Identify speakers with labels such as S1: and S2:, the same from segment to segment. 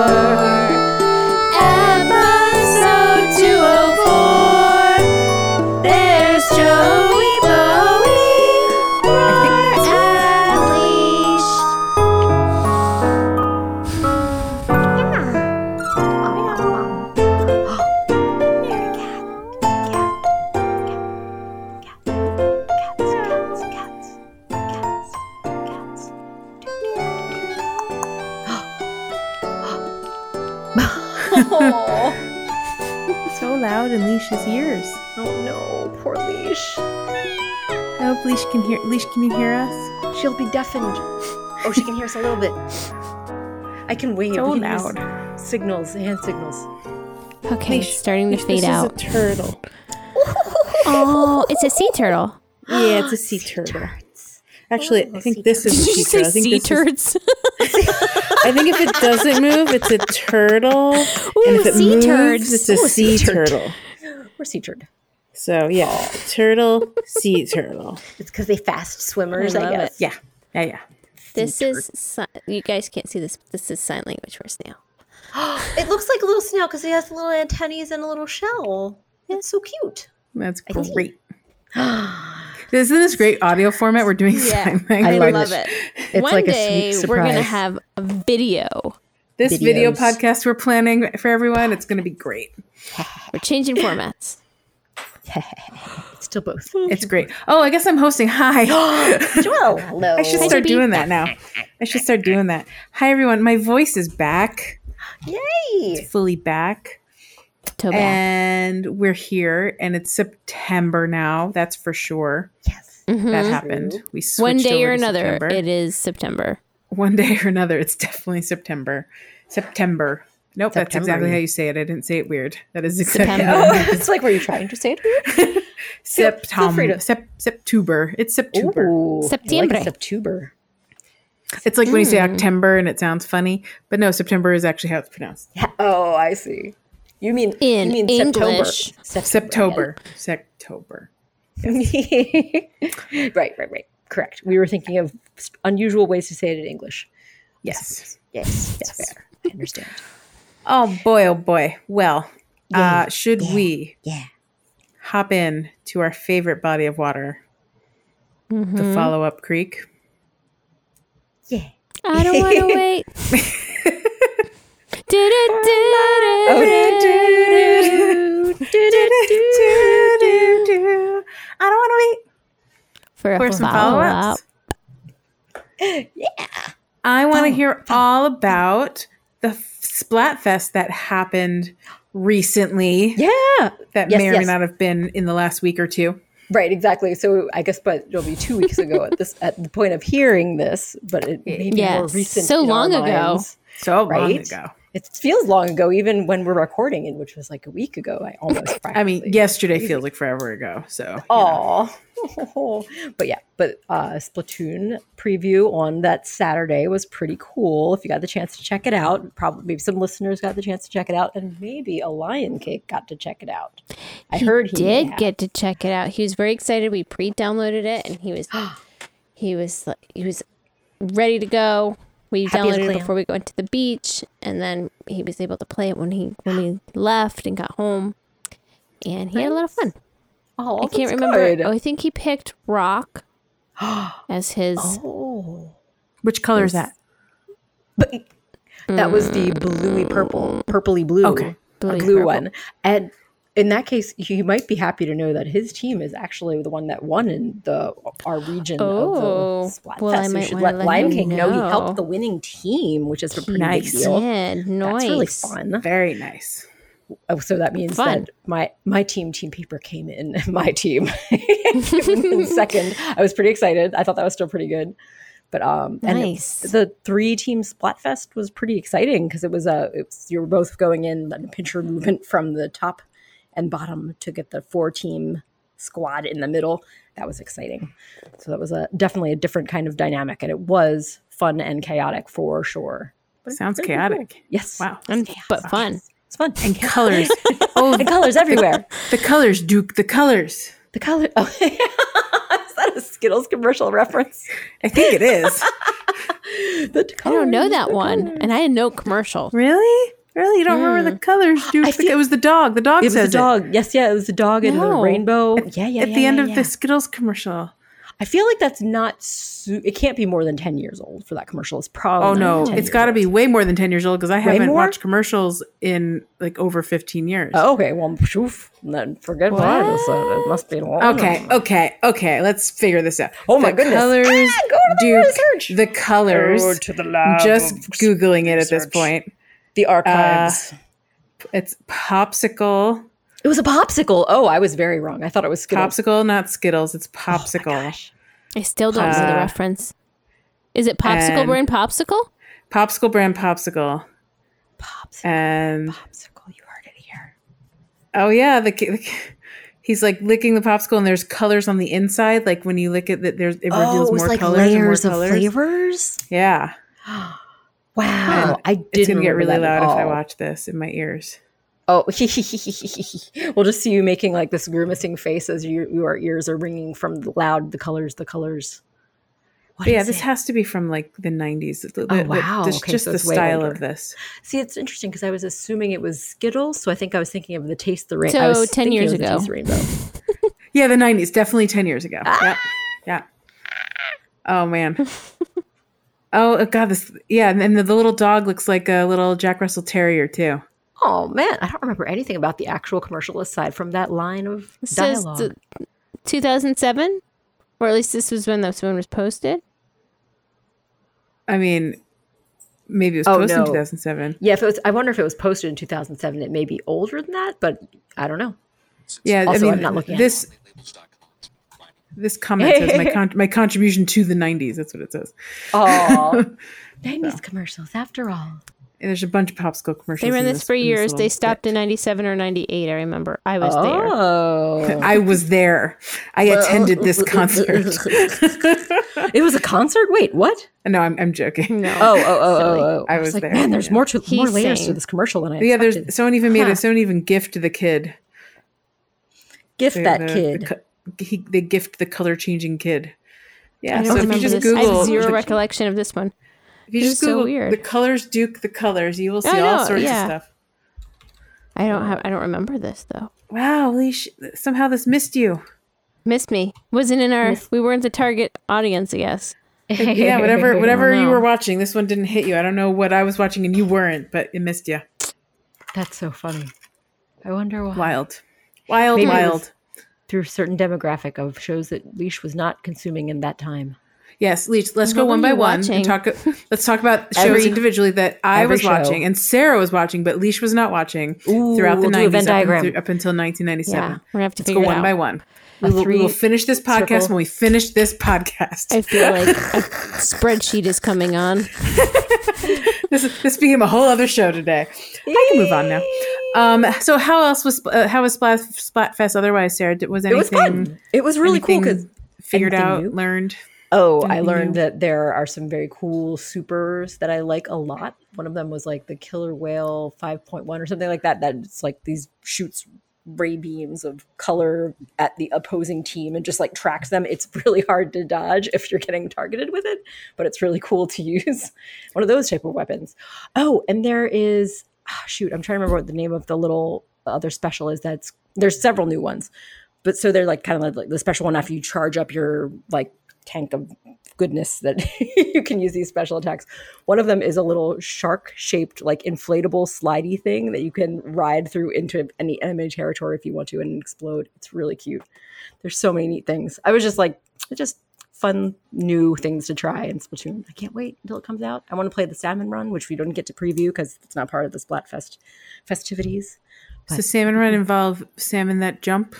S1: oh
S2: Oh,
S3: So loud in Leash's ears.
S2: oh no, poor Leash.
S3: I hope Oh, Leash can hear. Leash, can you hear us?
S2: She'll be deafened. Oh, she can hear us a little bit. I can wave.
S3: So
S2: We can use
S3: loud.
S2: Signals, hand signals.
S1: Okay, it's starting to fade
S4: this
S1: out.
S4: is a turtle.
S1: oh, it's a sea turtle.
S3: Yeah, it's a sea turtle. Actually, I think this is a
S1: Did you
S3: sea
S1: say
S3: turtle. I think, this is,
S1: sea turds?
S3: I think if it doesn't move, it's a turtle. and
S1: Ooh,
S3: if it
S1: sea
S3: moves,
S1: turds.
S3: it's a
S2: Ooh, a sea
S3: sea
S2: turd.
S3: turtle.
S2: We're sea turd.
S3: So yeah, turtle, sea turtle.
S2: It's because they fast swimmers, I,
S1: love
S2: guess.
S1: it.
S3: Yeah, yeah, yeah.
S1: This is si- you guys can't see this. This is sign language for snail.
S2: It looks like a little snail because it has little antennae and a little shell. It's so cute.
S4: That's
S2: think-
S4: great. Isn't this great audio format we're doing? sign language?
S1: it.
S4: It's
S1: One
S4: like a
S1: day
S4: sweet
S1: we're gonna
S4: surprise.
S1: have a video.
S4: This video
S2: videos.
S4: podcast we're planning for everyone, it's going to be great.
S1: We're changing formats.
S2: It's still both.
S4: It's great. Oh, I guess I'm hosting. Hi.
S2: Joelle, hello.
S4: I should start
S1: Hi, JB.
S4: doing that now. I should start doing that. Hi, everyone. My voice is back,
S2: Yay!
S4: fully back.
S1: Toe back.
S4: And we're here, and it's September now. That's for sure.
S2: Yes.
S1: Mm-hmm.
S4: That happened. We switched
S1: Hmm. One day
S4: over
S1: or
S4: to
S1: another,
S4: September.
S1: it is September.
S4: One day or another, it's definitely September. September. Nope, that's exactly how you say it. I didn't say it weird. That is exactly
S1: September.
S4: how
S2: Oh, it's like, were you trying to say it weird? feel free
S4: September.
S2: to-
S4: Sep, September. It's September.
S2: Ooh,
S1: September.
S2: Like September.
S4: It's like when you say
S1: Hmm.
S4: October and it sounds funny, but no, September is actually how it's pronounced.
S2: Oh, I see. You mean
S1: In
S2: you mean
S1: English.
S4: September. September.
S2: September. right, right, right. Correct. We were thinking of s- unusual ways to say it in English.
S4: Yes.
S2: Yes, that's fair. I understand.
S4: Oh boy, oh boy. Well, uh, should we
S2: Yeah.
S4: hop in to our favorite body of water,
S2: Mm-hmm.
S4: the follow up creek?
S2: Yeah.
S1: I don't want to wait.
S3: Oh,
S1: Do-do-do-do-do.
S4: I don't want to wait
S1: For
S4: for
S1: a
S4: some follow
S1: follow-up.
S4: ups. I want to hear all about the f- Splatfest that happened recently
S2: Yeah.
S4: that
S2: Yes,
S4: may or
S2: yes.
S4: may not have been in the last week or two.
S2: Right, exactly. So I guess, but it'll be two weeks ago at this at the point of hearing this, but it may be more
S1: Yes,
S2: recent.
S1: so
S2: in our
S1: long ago.
S2: minds.
S4: So long
S2: Right?
S4: ago.
S2: It feels long ago, even when we're recording it, which was like a week ago. I almost.
S4: I mean,
S2: practically-
S4: yesterday feels like forever ago. So, you know.
S2: Aw. but yeah, but uh, Splatoon preview on that Saturday was pretty cool. If you got the chance to check it out, probably maybe some listeners got the chance to check it out, and maybe a Lion Cake got to check it out. I heard he may
S1: did
S2: have.
S1: get to check it out. He was very excited. We pre-downloaded it, and he was he was like- he was ready to go. We
S2: Happy as a
S1: downloaded it
S2: clam.
S1: before we went to the beach, and then he was able to play it when he when we left and got home. And he had a lot of fun.
S2: Oh,
S1: I can't remember. Oh, I think he picked rock as his.
S2: oh.
S4: which color is that?
S2: but that was the bluey purple, purpley blue,
S4: Okay.
S2: a
S1: Bluey
S2: blue
S1: purple.
S2: one. And in that case, you might be happy to know that his team is actually the one that won in the our region
S1: Oh,
S2: of the Splatfest.
S1: well, I
S2: We
S1: might
S2: should
S1: wanna
S2: let
S1: let
S2: Lion
S1: him
S2: King know. he
S1: know.
S2: helped the winning team, which is a pretty
S4: Nice.
S2: big deal.
S1: Yeah, nice.
S2: That's really fun.
S4: Very nice.
S2: Oh, so that means
S1: Fun.
S2: that my my team, Team Paper, came in my team in second. I was pretty excited. I thought that was still pretty good. But um, and it-
S1: Nice.
S2: the three team Splatfest was pretty exciting because it was a it was, you were both going in a pincher movement from the top and bottom to get the four team squad in the middle. That was exciting. So that was a definitely a different kind of dynamic, and it was fun and chaotic for sure. But it
S4: Sounds
S2: was pretty cool.
S4: chaotic.
S2: Yes,
S4: Wow.
S1: And- but fun.
S2: it's fun
S4: And colors. Oh,
S2: and colors everywhere.
S4: the colors, Duke. The colors.
S2: The color. Oh, is that a Skittles commercial reference?
S4: I think it is.
S2: The
S1: I don't know that one, and I had no commercial.
S4: really? Really? You don't remember the colors, Duke?
S2: I
S4: The- Mm. it was the dog. The dog
S2: It was
S4: says
S2: a dog. Yes, yeah, it was a dog and the
S1: No.
S2: rainbow. yeah, yeah.
S4: At
S2: yeah,
S4: the end
S2: yeah,
S4: of
S2: yeah.
S4: the Skittles commercial.
S2: I feel like that's not. Su- it can't be more than ten years old for that commercial. It's probably.
S4: Oh no, it's got to be way more than 10 years old because I haven't
S2: more?
S4: watched commercials in like over 15 years.
S2: Oh, okay. Well, poof, then forget what I just said. It must be long.
S4: Okay, okay, okay. Let's figure this out.
S2: Oh, my
S4: The
S2: goodness.
S4: Colors,
S2: Ah, go to the
S4: Duke,
S2: research. Oh,
S4: the colors.
S5: Go to the lab
S4: Just
S5: of
S4: googling it at this
S5: research.
S4: point.
S2: The archives.
S4: It's popsicle.
S2: It was a popsicle. Oh, I was very wrong. I thought it was Skittles.
S4: Popsicle, not Skittles. It's
S2: Oh my
S4: popsicle.
S2: gosh.
S6: I still don't see the
S4: Uh,
S6: reference. Is it popsicle
S4: and-
S6: brand popsicle?
S4: popsicle brand popsicle. um,
S2: Popsicle.
S4: And
S2: popsicle. You heard it here.
S4: oh yeah, the, ki- the ki- he's like licking the popsicle, and there's colors on the inside. Like when you lick it, that there's it
S2: Oh,
S4: reveals more colors and more colors.
S2: flavors.
S4: Yeah,
S2: wow.
S4: And
S2: I didn't
S4: it's gonna get
S2: remember
S4: really
S2: that at
S4: loud if I
S2: all.
S4: watch this in my ears.
S2: Oh, we'll just see you making like this grimacing face as you, your ears are ringing from the loud the colors, the colors. What
S4: But yeah,
S2: is
S4: this
S2: it?
S4: has to be from like the '90s. The-
S2: Oh,
S4: the-
S2: wow.
S4: Just,
S2: Okay,
S4: just
S2: so
S4: the
S2: it's way
S4: style
S2: older.
S4: of this.
S2: see, it's interesting because I was assuming it was Skittles, so I think I was thinking of the Taste the Rainbow.
S6: So 10 years ago.
S2: Rainbow.
S4: Yeah, the '90s, definitely ten years ago.
S2: Ah!
S4: Yep. Yeah. Oh man. oh god, this. Yeah, and then the, the little dog looks like a little Jack Russell Terrier too.
S2: oh man, I don't remember anything about the actual commercial aside from that line of
S6: It says
S2: dialogue.
S6: 2007, or at least this was when this one was posted.
S4: I mean, maybe it was
S2: Oh,
S4: posted
S2: no.
S4: in 2007.
S2: yeah, if it was, I wonder if it was posted in 2007. It may be older than that, but I don't know.
S4: Yeah,
S2: Also,
S4: I mean,
S2: I'm not looking at
S4: this this comment says my con- my contribution to the 90s. That's what it says.
S2: Oh, 90s commercials after all.
S4: And there's a bunch of popsicle commercials.
S6: They ran
S4: in
S6: this for
S4: in
S6: years.
S4: little
S6: They
S4: bit.
S6: stopped in 97 or 98. I remember. I was there.
S2: oh.
S4: I was there. I attended this concert.
S2: It was a concert. Wait, what?
S4: no, I'm, I'm joking.
S6: No.
S2: Oh, oh, oh,
S6: Silly.
S2: oh, oh!
S4: I
S2: It's
S4: was
S2: like,
S4: there,
S2: Man, there's
S4: yeah.
S2: more to
S6: He
S2: more layers to
S6: sang.
S2: this commercial than I
S4: Yeah, there's
S2: expected.
S4: someone even made
S6: Huh.
S4: a someone even gifted the kid.
S2: Gift
S4: The-
S2: that
S4: the- the
S2: kid.
S4: co- he, they gift the color changing kid. Yeah,
S6: I don't
S4: so if you
S6: remember
S4: just
S6: this. I
S4: Google
S6: have zero
S4: the-
S6: recollection of this one.
S4: if you
S6: This
S4: just
S6: is so
S4: Google
S6: weird.
S4: the colors Duke the colors, you will see
S6: I know,
S4: all sorts
S6: yeah.
S4: of stuff.
S6: I don't have. I don't remember this though.
S4: Wow, Leash, somehow this missed you.
S6: Missed me. Wasn't in our. We weren't the target audience. I guess.
S4: yeah, whatever whatever you
S6: know.
S4: were watching, this one didn't hit you. I don't know what I was watching and you weren't, but it missed you.
S2: That's so funny. I wonder why.
S4: Wild. Wild,
S2: Maybe it
S4: wild.
S2: was- Through a certain demographic of shows that Leash was not consuming in that time.
S4: Yes, Leach, let's
S6: What
S4: go
S6: were
S4: one by
S6: you
S4: one
S6: watching?
S4: and talk let's talk about shows
S2: Every-
S4: individually that I
S2: every
S4: was
S2: show.
S4: watching and Sarah was watching, but Leash was not watching throughout the
S2: we'll do a
S4: 90s
S2: Venn
S4: up, and
S2: diagram.
S4: through- up until 1997.
S6: Yeah, we're gonna have to
S4: Let's go
S6: figure it
S4: one
S6: out.
S4: by one.
S2: A
S4: We will, we will
S2: three
S4: finish this podcast
S2: circle.
S4: when we finish this podcast.
S6: I feel like a spreadsheet is coming on.
S4: this, this became a whole other show today. I can move on now. Um, so how else was uh, how was Splat, Splatfest otherwise, Sarah? Did- Was
S2: It
S4: anything
S2: was
S4: Mm-hmm.
S2: fun. It was really cool because
S4: anything figured
S2: anything
S4: out,
S2: new?
S4: learned?
S2: Oh, I
S4: Anything
S2: learned
S4: new?
S2: that there are some very cool supers that I like a lot. One of them was like the killer whale 5.1 or something like that. That's like these shoots ray beams of color at the opposing team and just like tracks them. It's really hard to dodge if you're getting targeted with it, but it's really cool to use. One of those type of weapons. Oh, and there is ah, shoot, I'm trying to remember what the name of the little other special is that's there's several new ones. But so they're like kind of like the special one after you charge up your like tank of goodness that you can use these special attacks. One of them is a little shark shaped, like inflatable slidey thing that you can ride through into any enemy territory if you want to and explode. It's really cute. There's so many neat things. I was just like, just fun new things to try in Splatoon. I can't wait until it comes out. I want to play the Salmon Run, which we don't get to preview because it's not part of the Splatfest festivities.
S4: So salmon run involve salmon that jump.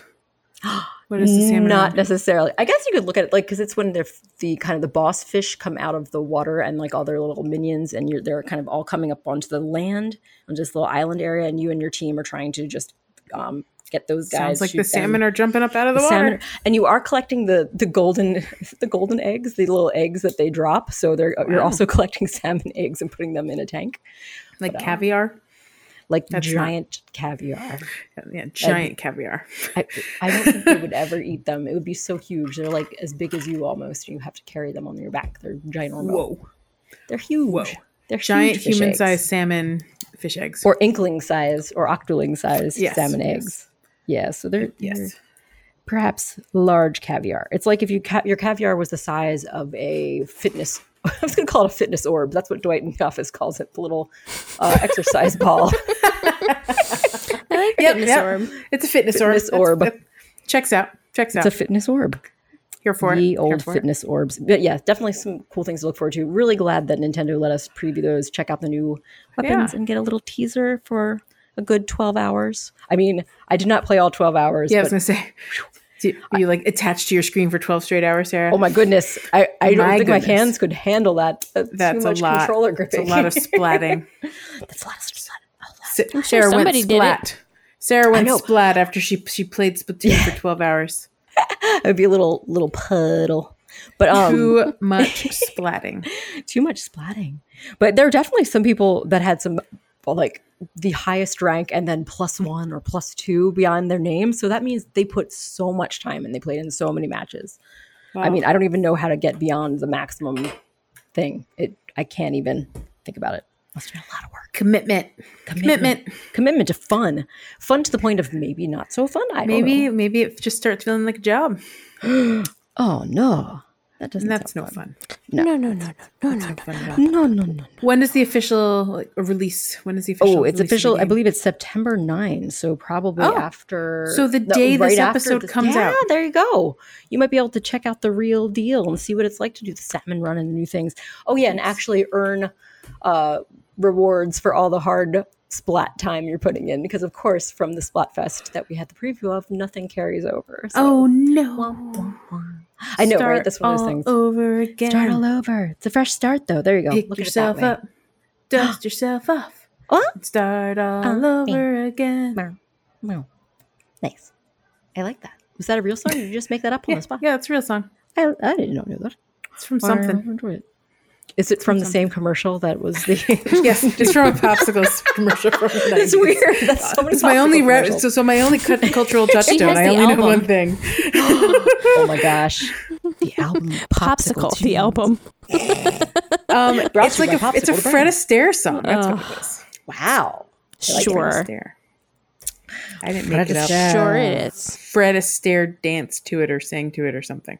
S4: What is the salmon?
S2: Not
S4: run?
S2: necessarily. I guess you could look at it like because it's when the the kind of the boss fish come out of the water and like all their little minions and you're they're kind of all coming up onto the land on this little island area and you and your team are trying to just um, get those guys.
S4: Sounds like
S2: shoot
S4: the
S2: them.
S4: salmon are jumping up out of the, water.
S2: salmon- and you are collecting the the golden is it the golden eggs, the little eggs that they drop. So they're you're also collecting salmon eggs and putting them in a tank
S4: like caviar.
S2: like
S4: That's not-
S2: giant caviar.
S4: Yeah, giant caviar.
S2: I, I don't think they would ever eat them. It would be so huge. They're like as big as you almost, and you have to carry them on your back. They're ginormous.
S4: Whoa.
S2: They're huge.
S4: Whoa.
S2: They're
S4: Giant
S2: huge fish
S4: human
S2: eggs.
S4: sized salmon fish eggs.
S2: or inkling size or octoling size
S4: Yes,
S2: salmon
S4: yes.
S2: eggs. Yeah, so they're they're
S4: yes.
S2: perhaps large caviar. It's like if you ca- your caviar was the size of a fitness. I was going to call it a fitness orb. That's what Dwight in the office calls it, the little uh, exercise ball.
S6: I like
S4: Yep,
S6: fitness
S4: yep.
S6: orb.
S4: It's a fitness,
S2: Fitness
S4: orb.
S2: orb.
S4: That's- that- checks out. Checks
S2: It's
S4: out.
S2: a fitness orb.
S4: Here for it.
S2: Ye
S4: Here
S2: old
S4: for it.
S2: fitness orbs. But yeah, definitely some cool things to look forward to. Really glad that Nintendo let us preview those, check out the new weapons, and get a little teaser for a good 12 hours. I mean, I did not play all 12 hours.
S4: Yeah, I was
S2: but-
S4: gonna say. Do you, were you like attached to your screen for twelve straight hours, Sarah?
S2: oh my goodness. I, I don't
S4: My
S2: think my
S4: goodness.
S2: hands could handle that. That's,
S4: That's
S2: too
S4: a
S2: much
S4: lot.
S2: controller
S4: It's
S2: gripping.
S4: a lot of splatting.
S2: That's a lot of splat. A lot.
S4: Sa- Sarah
S6: somebody
S4: went
S6: did it.
S4: splat. Sarah went
S2: know.
S4: splat after she she played Splatoon for twelve hours.
S2: It would be a little little puddle. But um
S4: Too much splatting.
S2: too much splatting. But there are definitely some people that had some well, like the highest rank and then plus one or plus two beyond their name. So that means they put so much time and they played in so many matches. I
S4: Wow.
S2: mean, I don't even know how to get beyond the maximum thing. It I can't even think about it. Must have been a lot of work.
S4: commitment, commitment.
S2: Commitment to fun. Fun to the point of maybe not so fun. I don't
S4: Maybe
S2: know.
S4: maybe it just starts feeling like a job,
S2: Oh no. That doesn't
S4: and that's no
S2: sound
S4: fun.
S2: No.
S6: No, no, no, no, no, no, no.
S4: Fun at all.
S2: fun. No, no, no, no.
S4: When is the official like, release? When is the official?
S2: Oh, it's
S4: release of the
S2: official. I
S4: game?
S2: believe it's September 9, so probably
S4: Oh.
S2: after.
S4: So the
S2: no,
S4: day this
S2: after
S4: episode comes
S2: yeah,
S4: out.
S2: there you go. You might be able to check out the real deal and see what it's like to do the salmon run and the new things. Oh yeah, and actually earn uh, rewards for all the hard splat time you're putting in because of course from the splatfest that we had the preview of, nothing carries over. So.
S4: Oh no!
S2: I know, right?
S4: Start
S2: That's one of those
S4: all
S2: things.
S4: Over again.
S2: Start all over. It's a fresh start, though. There you go.
S4: Pick
S2: Look at it that
S4: yourself
S2: way.
S4: up. Dust yourself off.
S2: Oh.
S4: and Start all
S2: Oh,
S4: over again.
S2: Meow. Meow. Nice. I like that. Was that a real song? Or did you just make that up on
S4: Yeah,
S2: the spot?
S4: yeah, it's a real song.
S2: I, I didn't know that.
S4: It's from
S2: I
S4: something.
S2: enjoy it. Is it from the same commercial that was the?
S4: yes, it's from a popsicles commercial. From the 90s.
S2: That's so many.
S4: It's my
S2: popsicle
S4: only re-
S2: commercials.
S4: so, so my only cu- cultural
S6: She
S4: touchstone.
S6: has
S4: I
S6: the
S4: only know
S6: album.
S4: one thing.
S2: oh my gosh, the album
S6: Popsicle, the album.
S4: Um,
S2: Brought
S4: it's
S2: to you
S4: like
S2: by
S4: a, it's a
S2: Popsicle
S4: Fred
S2: Brand.
S4: Astaire song. That's what it is.
S2: Wow. like
S6: sure,
S4: Fred Astaire. I didn't make
S2: Fred
S4: it up.
S2: Astaire.
S6: sure it is.
S4: Fred Astaire danced to it or sang to it or something.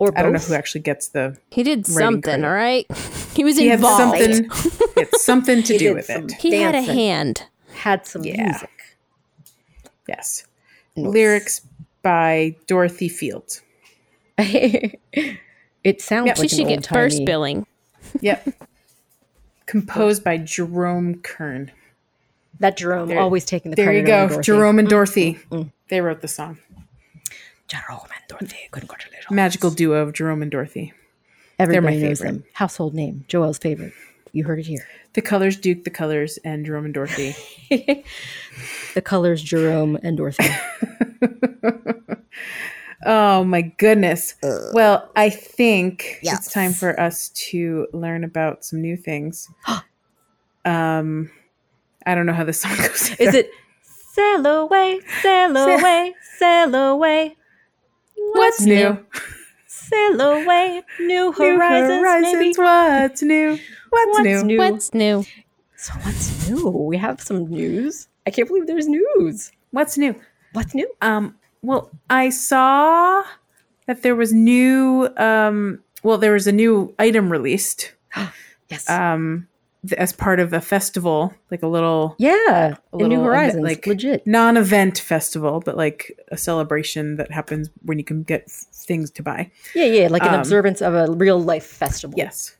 S2: Or both.
S4: I don't know who actually gets the.
S6: He did something,
S4: credit.
S6: all right. He was
S4: He had
S6: involved.
S4: something. he had something to
S2: He
S4: do
S2: did
S4: with
S2: some-
S4: it.
S6: He had a
S2: dancing.
S6: hand.
S2: had some
S4: Yeah.
S2: music.
S4: Yes.
S2: Notes.
S4: Lyrics by Dorothy Fields.
S2: it sounds
S4: Yep.
S2: like
S6: She
S2: an
S6: should get
S2: old-timey-
S6: first billing.
S4: Yep. Composed by Jerome Kern.
S2: That Jerome
S4: There-
S2: always taking the
S4: There you
S2: credit.
S4: go.
S2: over Dorothy.
S4: Jerome and Dorothy. They wrote the song.
S2: Jerome and Dorothy. Congratulations.
S4: Magical duo of Jerome and Dorothy.
S2: Everybody
S4: my
S2: knows
S4: favorite.
S2: them. Household name. Joel's favorite. You heard it here.
S4: The colors Duke the colors and Jerome and Dorothy.
S2: The colors Jerome and Dorothy.
S4: Oh my goodness. well, I think it's time for us to learn about some new things. um I don't know how this song goes.
S2: Is it sail away, sail away, sail away,
S4: what's new?
S2: sail away, new
S4: New
S2: horizons, maybe?
S4: What's new? What's, new?
S6: What's new?
S2: So what's new? We have some news. I can't believe there's news.
S4: What's new?
S2: What's new?
S4: Um, well, I saw that there was new. Um, well, there was a new item released
S2: Yes.
S4: um, th- as part of a festival, like a little
S2: yeah. in
S4: a
S2: New
S4: little event,
S2: Horizons,
S4: like-
S2: legit.
S4: non-event festival, but like a celebration that happens when you can get f- things to buy.
S2: Yeah, yeah, like an
S4: um,
S2: observance of a real life festival.
S4: Yes.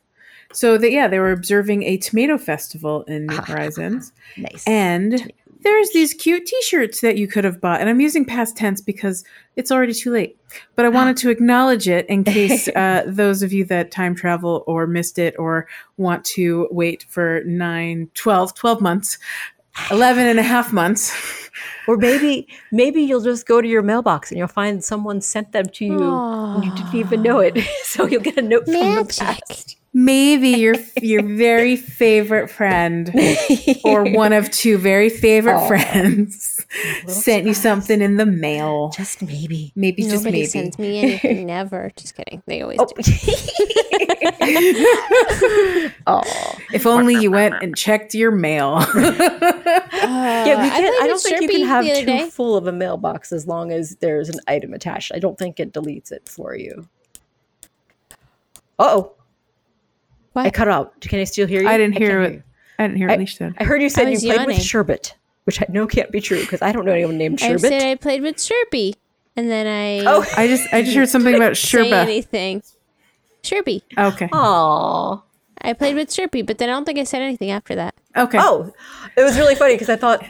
S4: So that yeah, they were observing a tomato festival in New
S2: Ah.
S4: Horizons,
S2: Nice.
S4: and there's these cute T-shirts that you could have bought. And I'm using past tense because it's already too late. But I wanted to acknowledge it in case uh, those of you that time travel or missed it or want to wait for 9, 12, 12 months, 11 and a half months.
S2: or maybe maybe you'll just go to your mailbox and you'll find someone sent them to you. and You didn't even know it. So you'll get a note from the
S6: Magic.
S2: past.
S4: Maybe your your very favorite friend or one of two very favorite friends sent you something in the mail.
S2: Just maybe.
S4: Maybe just
S6: Nobody
S4: maybe.
S6: sends me anything. Never. Just kidding. They always do.
S2: oh.
S4: If only you went and checked your mail.
S2: uh, Yeah, we
S6: Uh, I
S2: can
S6: played
S2: I, don't
S6: with
S2: think you
S6: Sharpie
S2: can have
S6: the other
S2: too
S6: day.
S2: full of a mailbox as long as there's an item attached. I don't think it deletes it for you. Oh,
S6: What?
S2: I cut out. Can I still hear you?
S4: I didn't hear
S2: can't
S4: what I didn't hear
S2: I-
S4: what Leash said.
S2: I heard you said you
S6: was
S2: played with
S6: yawning.
S2: sherbet, which I know can't be true because I don't know anyone named
S6: I said
S2: sherbet.
S6: I played with Sherpy, and then I
S2: Oh.
S4: I just I just heard something about
S6: say
S4: Sherpa.
S6: anything. Sherpy.
S4: Okay.
S2: Oh. Aww.
S6: I played with Sherpy, but then I don't think I said anything after that.
S4: Okay.
S2: Oh, it was really funny because I thought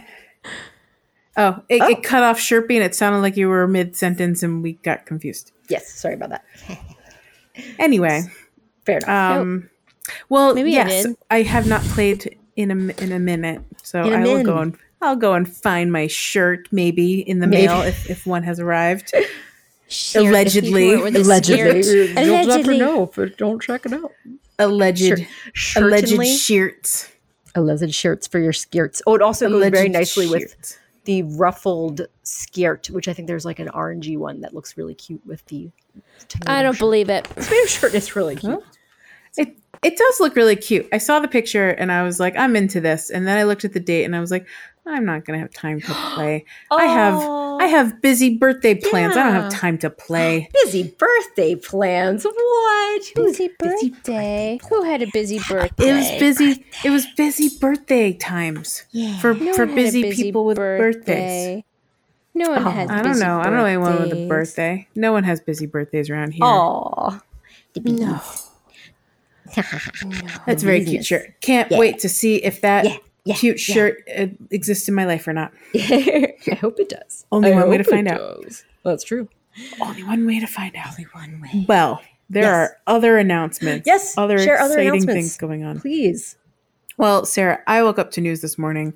S4: Oh, it,
S2: Oh.
S4: it cut off Sherpy and it sounded like you were mid sentence and we got confused.
S2: Yes, sorry about that.
S4: Anyway,
S2: Fair enough.
S4: um, well,
S6: Maybe I
S4: yes,
S6: did.
S4: I, have not played in a mi- in a minute, so
S2: In a
S4: I will go
S2: min.
S4: and I'll go and find my shirt maybe in the
S2: Maybe.
S4: mail if, if one has arrived.
S6: Shirt, if you
S4: Allegedly.
S6: were the shirt.
S2: You'll never
S6: Allegedly.
S2: know, but don't check it out.
S4: Alleged, alleged
S2: Certainly,
S4: shirts.
S2: alleged shirts for your skirts. Oh, it also goes very
S4: Alleged
S2: nicely with
S4: shirts.
S2: the ruffled skirt, which I think there's like an orangey one that looks really cute with the. Tomato
S6: I don't
S2: shirt.
S6: believe it.
S2: tomato shirt is really cute.
S4: It it does look really cute. I saw the picture and I was like, I'm into this. And then I looked at the date and I was like, I'm not gonna have time to play. I have I have busy birthday plans. I don't have
S2: Yeah.
S4: time to play.
S2: busy birthday plans. What? Who's
S6: Busy birthday. Who had a busy birthday?
S4: It was busy. It was busy birthday times for
S6: No
S4: for
S6: one had a
S4: busy, people with birthdays.
S6: birthday. No one
S2: Oh.
S6: has.
S4: I don't
S6: busy
S4: know. I don't know anyone with a
S6: birthdays.
S4: birthday. No one has busy birthdays around here.
S1: Oh,
S2: Aw.
S6: No.
S4: That's a very cute
S2: business.
S4: shirt. Can't
S2: Yeah.
S4: wait to see if that
S2: Yeah, yeah,
S4: cute
S2: yeah.
S4: shirt uh, exists in my life or not.
S2: I hope it does.
S4: Only
S2: I
S4: one way
S2: hope
S4: to find
S2: it
S4: out.
S2: does. That's true.
S4: Only one way to find out.
S2: one way.
S4: Well, there
S2: Yes.
S4: are other announcements.
S2: Yes,
S4: other
S2: share other
S4: exciting
S2: announcements.
S4: things going on.
S2: Please.
S4: Well, Sarah, I woke up to news this morning.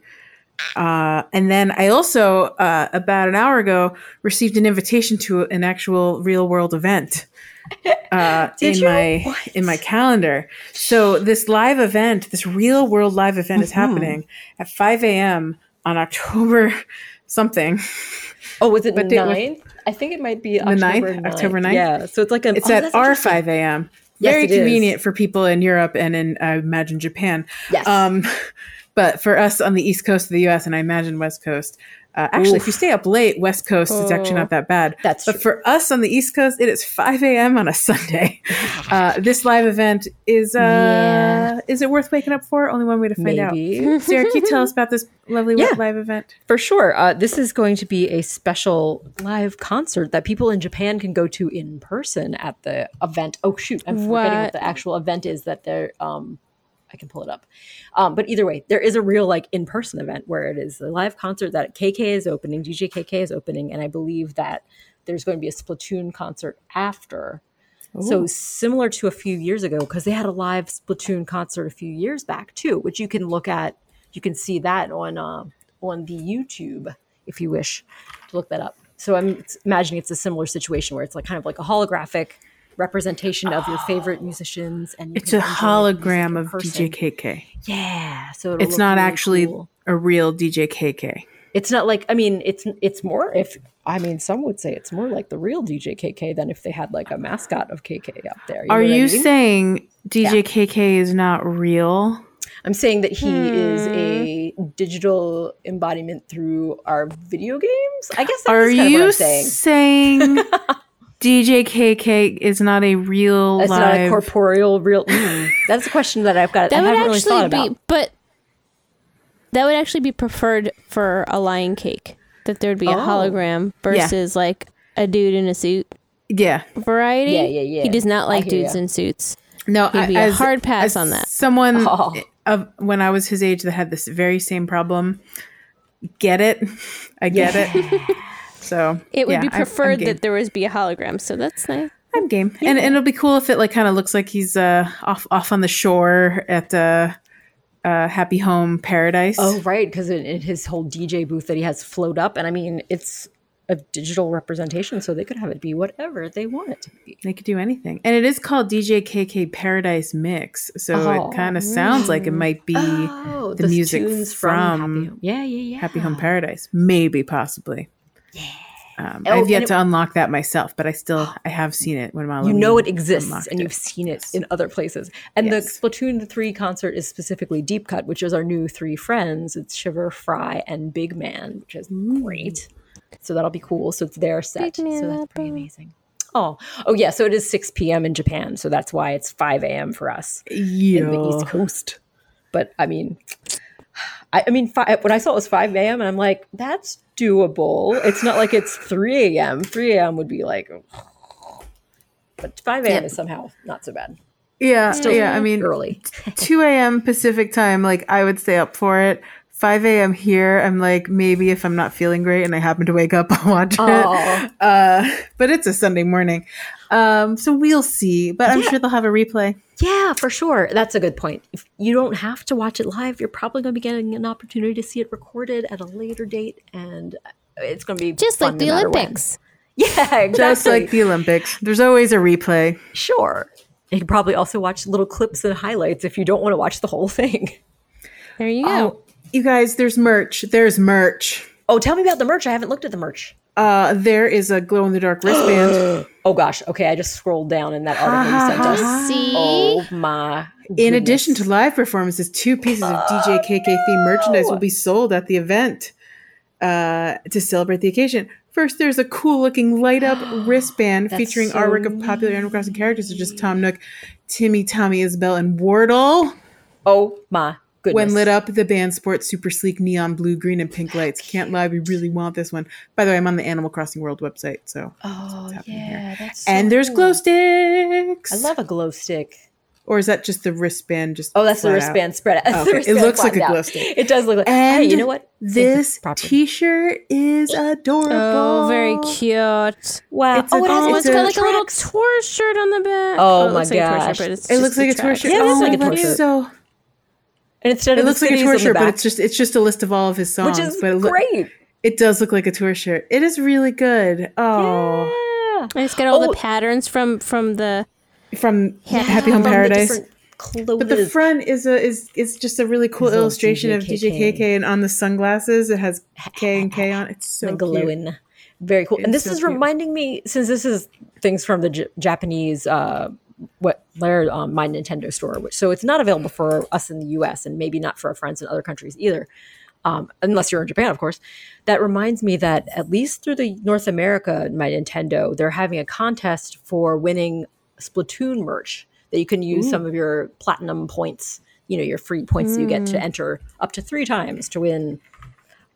S4: Uh, and then I also, uh, about an hour ago, received an invitation to an actual real world event uh,
S2: Did
S4: in
S2: you?
S4: my
S2: What?
S4: in my calendar. So this live event, this real world live event,
S2: Mm-hmm.
S4: is happening at 5 a.m. on October something.
S2: Oh, was it the
S4: What date was-
S2: ninth? I think it might be
S4: The
S2: October
S4: ninth?
S2: 9th.
S4: October 9th?
S2: Yeah. So it's like an
S4: It's
S2: oh,
S4: at
S2: that's
S4: our
S2: interesting.
S4: 5 a.m.
S2: Yes,
S4: Very
S2: it is.
S4: convenient for people in Europe and in, I imagine, Japan.
S2: Yes.
S4: Um, but for us on the East Coast of the U.S. and I imagine West Coast, uh, actually, if you stay up late, West Coast it's actually not that bad.
S2: Oh, That's
S4: but
S2: true.
S4: for us on the East Coast, it is 5 a.m. on a Sunday. Uh, this live event is uh,
S6: Yeah.
S4: is it worth waking up for? Only one way to find
S2: Maybe.
S4: out. Sarah, can you tell us about this lovely
S2: Yeah.
S4: live event?
S2: For sure. Uh, this is going to be a special live concert that people in Japan can go to in person at the event. Oh, shoot. I'm forgetting what
S6: What?
S2: the actual event is that they're. Um, I can pull it up. Um, but either way, there is a real like in person event where it is a live concert that KK is opening, DJ KK is opening. And I believe that there's going to be a Splatoon concert after. So similar to a few years ago, because they had a live Splatoon concert a few years back too, which you can look at. You can see that on uh, on the YouTube if you wish to look that up. So I'm imagining it's a similar situation where it's like kind of like a holographic representation of your favorite musicians, and you
S4: It's
S2: can
S4: a
S2: enjoy music in
S4: hologram of
S2: person.
S4: DJ KK.
S2: Yeah, so it'll
S4: It's
S2: look
S4: not
S2: really
S4: actually
S2: cool.
S4: a real DJ KK.
S2: It's not like I mean, it's it's more if I mean some would say it's more like the real DJ KK than if they had like a mascot of KK up there.
S4: Are
S2: know what I
S4: you
S2: mean?
S4: saying DJ KK is not real?
S2: I'm saying that he is a
S4: Hmm.
S2: digital embodiment through our video games. I guess that's
S4: Are
S2: kind
S4: you
S2: of what I'm saying.
S4: saying DJ KK is not a real
S2: It's not a
S4: live? Hmm.
S2: corporeal real. Mm, that's a question that I've got. I
S6: That would
S2: haven't really
S6: actually
S2: thought
S6: be,
S2: about.
S6: but that would actually be preferred for a lion cake. That there would be a hologram
S4: Oh. Yeah.
S6: versus like a dude in a suit
S4: yeah,
S6: variety.
S2: Yeah, yeah, yeah.
S6: He does not
S2: I
S6: like
S2: hear
S6: dudes
S2: ya.
S6: in suits.
S4: no,
S6: He'd
S4: I-
S6: be a
S4: as-
S6: hard pass
S4: as
S6: on that.
S4: Someone
S2: Oh.
S4: of when I was his age that had this very same problem. Get it? I get it. So
S6: It would
S4: yeah,
S6: be
S4: I- I'm
S6: preferred
S4: game.
S6: that there was be a hologram. So that's nice.
S4: I'm game, and, and it'll be cool if it like kind of looks like he's uh off off on the shore at uh, uh Happy Home Paradise.
S2: Oh right, because in, in his whole DJ booth that he has float up, and I mean it's a digital representation, so they could have it be whatever they want it to be.
S4: They could do anything. And it is called DJ KK Paradise Mix. So
S2: Oh.
S4: it kind of sounds like it might be
S2: Oh,
S4: the music from
S2: Happy Home. Yeah, yeah, yeah.
S4: Happy Home Paradise. Maybe, possibly. Um,
S2: Oh,
S4: I've yet
S2: and it-
S4: to unlock that myself, but I still I have seen it when Milo.
S2: you know it
S4: Mean
S2: exists
S4: unlocked
S2: and
S4: it.
S2: you've seen it in other places. And
S4: Yes.
S2: the Splatoon 3 concert is specifically Deep Cut, which is our new three friends. It's Shiver, Fry, and Big Man, which is great. So that'll be cool. So it's their set.
S6: Man,
S2: so that's
S6: that
S2: pretty amazing. Oh, oh yeah. So it is 6 p.m. in Japan. So that's why it's 5 a.m. for us in the
S4: Yeah.
S2: East Coast. But I mean, I, I mean, fi- when I saw it was 5 a.m., and I'm like, that's doable. It's not like it's 3 a.m. 3 a.m. would be like, but 5 a.m. is somehow not so bad.
S4: Yeah, yeah. I mean,
S2: Early.
S4: 2 a.m. Pacific time. Like I would stay up for it. 5 a.m. here, I'm like, maybe if I'm not feeling great and I happen to wake up, I'll watch
S2: Oh.
S4: it. Uh, but it's a Sunday morning. Um, so we'll see. But I'm sure they'll have a replay.
S2: Yeah, for sure. That's a good point. If you don't have to watch it live, you're probably going to be getting an opportunity to see it recorded at a later date, and it's going to be
S6: Just
S2: fun
S6: like the
S2: no matter when.
S6: Olympics.
S2: Yeah, exactly.
S4: Just like the Olympics, there's always a replay.
S2: sure. You can probably also watch little clips and highlights if you don't want to watch the whole thing.
S6: There you go.
S4: You guys, there's merch. There's merch.
S2: Oh, tell me about the merch. I haven't looked at the merch.
S4: Uh, there is a glow in the dark wristband
S2: Oh gosh. Okay, I just scrolled down in that article you sent us.
S6: See?
S2: Oh my.
S4: In addition to live performances, two pieces of DJ KK themed merchandise will be sold at the event uh, to celebrate the occasion. First, there's a cool looking light up wristband featuring
S2: so
S4: artwork of popular Animal Crossing characters such as Tom Nook, Timmy, Tommy, Isabel, and Wardle.
S2: Oh my goodness.
S4: When lit up, the band sports super sleek neon blue, green, and pink lights. Can't lie, we really want this one. By the way, I'm on the Animal Crossing World website, so.
S2: Oh
S4: happening here.
S2: yeah. That's so
S4: and there's
S2: cool.
S4: glow sticks.
S2: I love a glow stick.
S4: Or is that just the wristband? Just
S2: Oh, that's the
S4: flat out?
S2: wristband spread out.
S4: Okay, it looks like a
S2: flattened
S4: glow
S2: out.
S4: stick.
S2: It does look like.
S4: And
S2: hey, you know what?
S4: This
S2: properly.
S4: T-shirt is adorable.
S6: Oh, very cute.
S2: Wow.
S4: It's a-
S2: oh, it has
S6: Oh,
S4: it's
S6: it's
S4: a
S6: got like a little
S4: Trax.
S6: tour shirt on the back.
S2: Oh
S6: it
S2: my
S6: looks like a tour shirt,
S2: gosh.
S6: but it's
S4: It
S6: just
S4: looks
S6: the
S4: like a tour
S6: Trax.
S4: shirt.
S2: Yeah, it
S4: oh,
S2: looks like a
S4: that's
S2: tour shirt.
S4: So
S2: and instead
S4: it
S2: of
S4: looks
S2: the
S4: like a
S2: cities
S4: tour
S2: on the
S4: shirt, but
S2: back,
S4: it's just it's just a list of all of his songs.
S2: which is
S4: but it loo-
S2: great.
S4: It does look like a tour shirt. It is really good. Oh,
S2: Yeah.
S6: And it's got all
S2: Oh.
S6: the patterns from from the
S4: from
S6: Yeah,
S4: Happy Home
S2: From the
S4: Paradise.
S2: different clothes.
S4: But the front is a is is just a really cool
S2: His little
S4: illustration of
S2: DJKK.
S4: DJKK, and on the sunglasses it has K and K on. it. It's so
S2: and
S4: cute.
S2: glowing. Very cool. and this
S4: It's so
S2: is
S4: cute.
S2: reminding me, since this is things from the J- Japanese, uh, what their um, my Nintendo store, which so it's not available for us in the U.S. and maybe not for our friends in other countries either, um, unless you're in Japan, of course. That reminds me that at least through the North America, my Nintendo, they're having a contest for winning Splatoon merch that you can use some of your platinum points, you know, your free points that you get to
S4: Mm.
S2: enter up to three times to win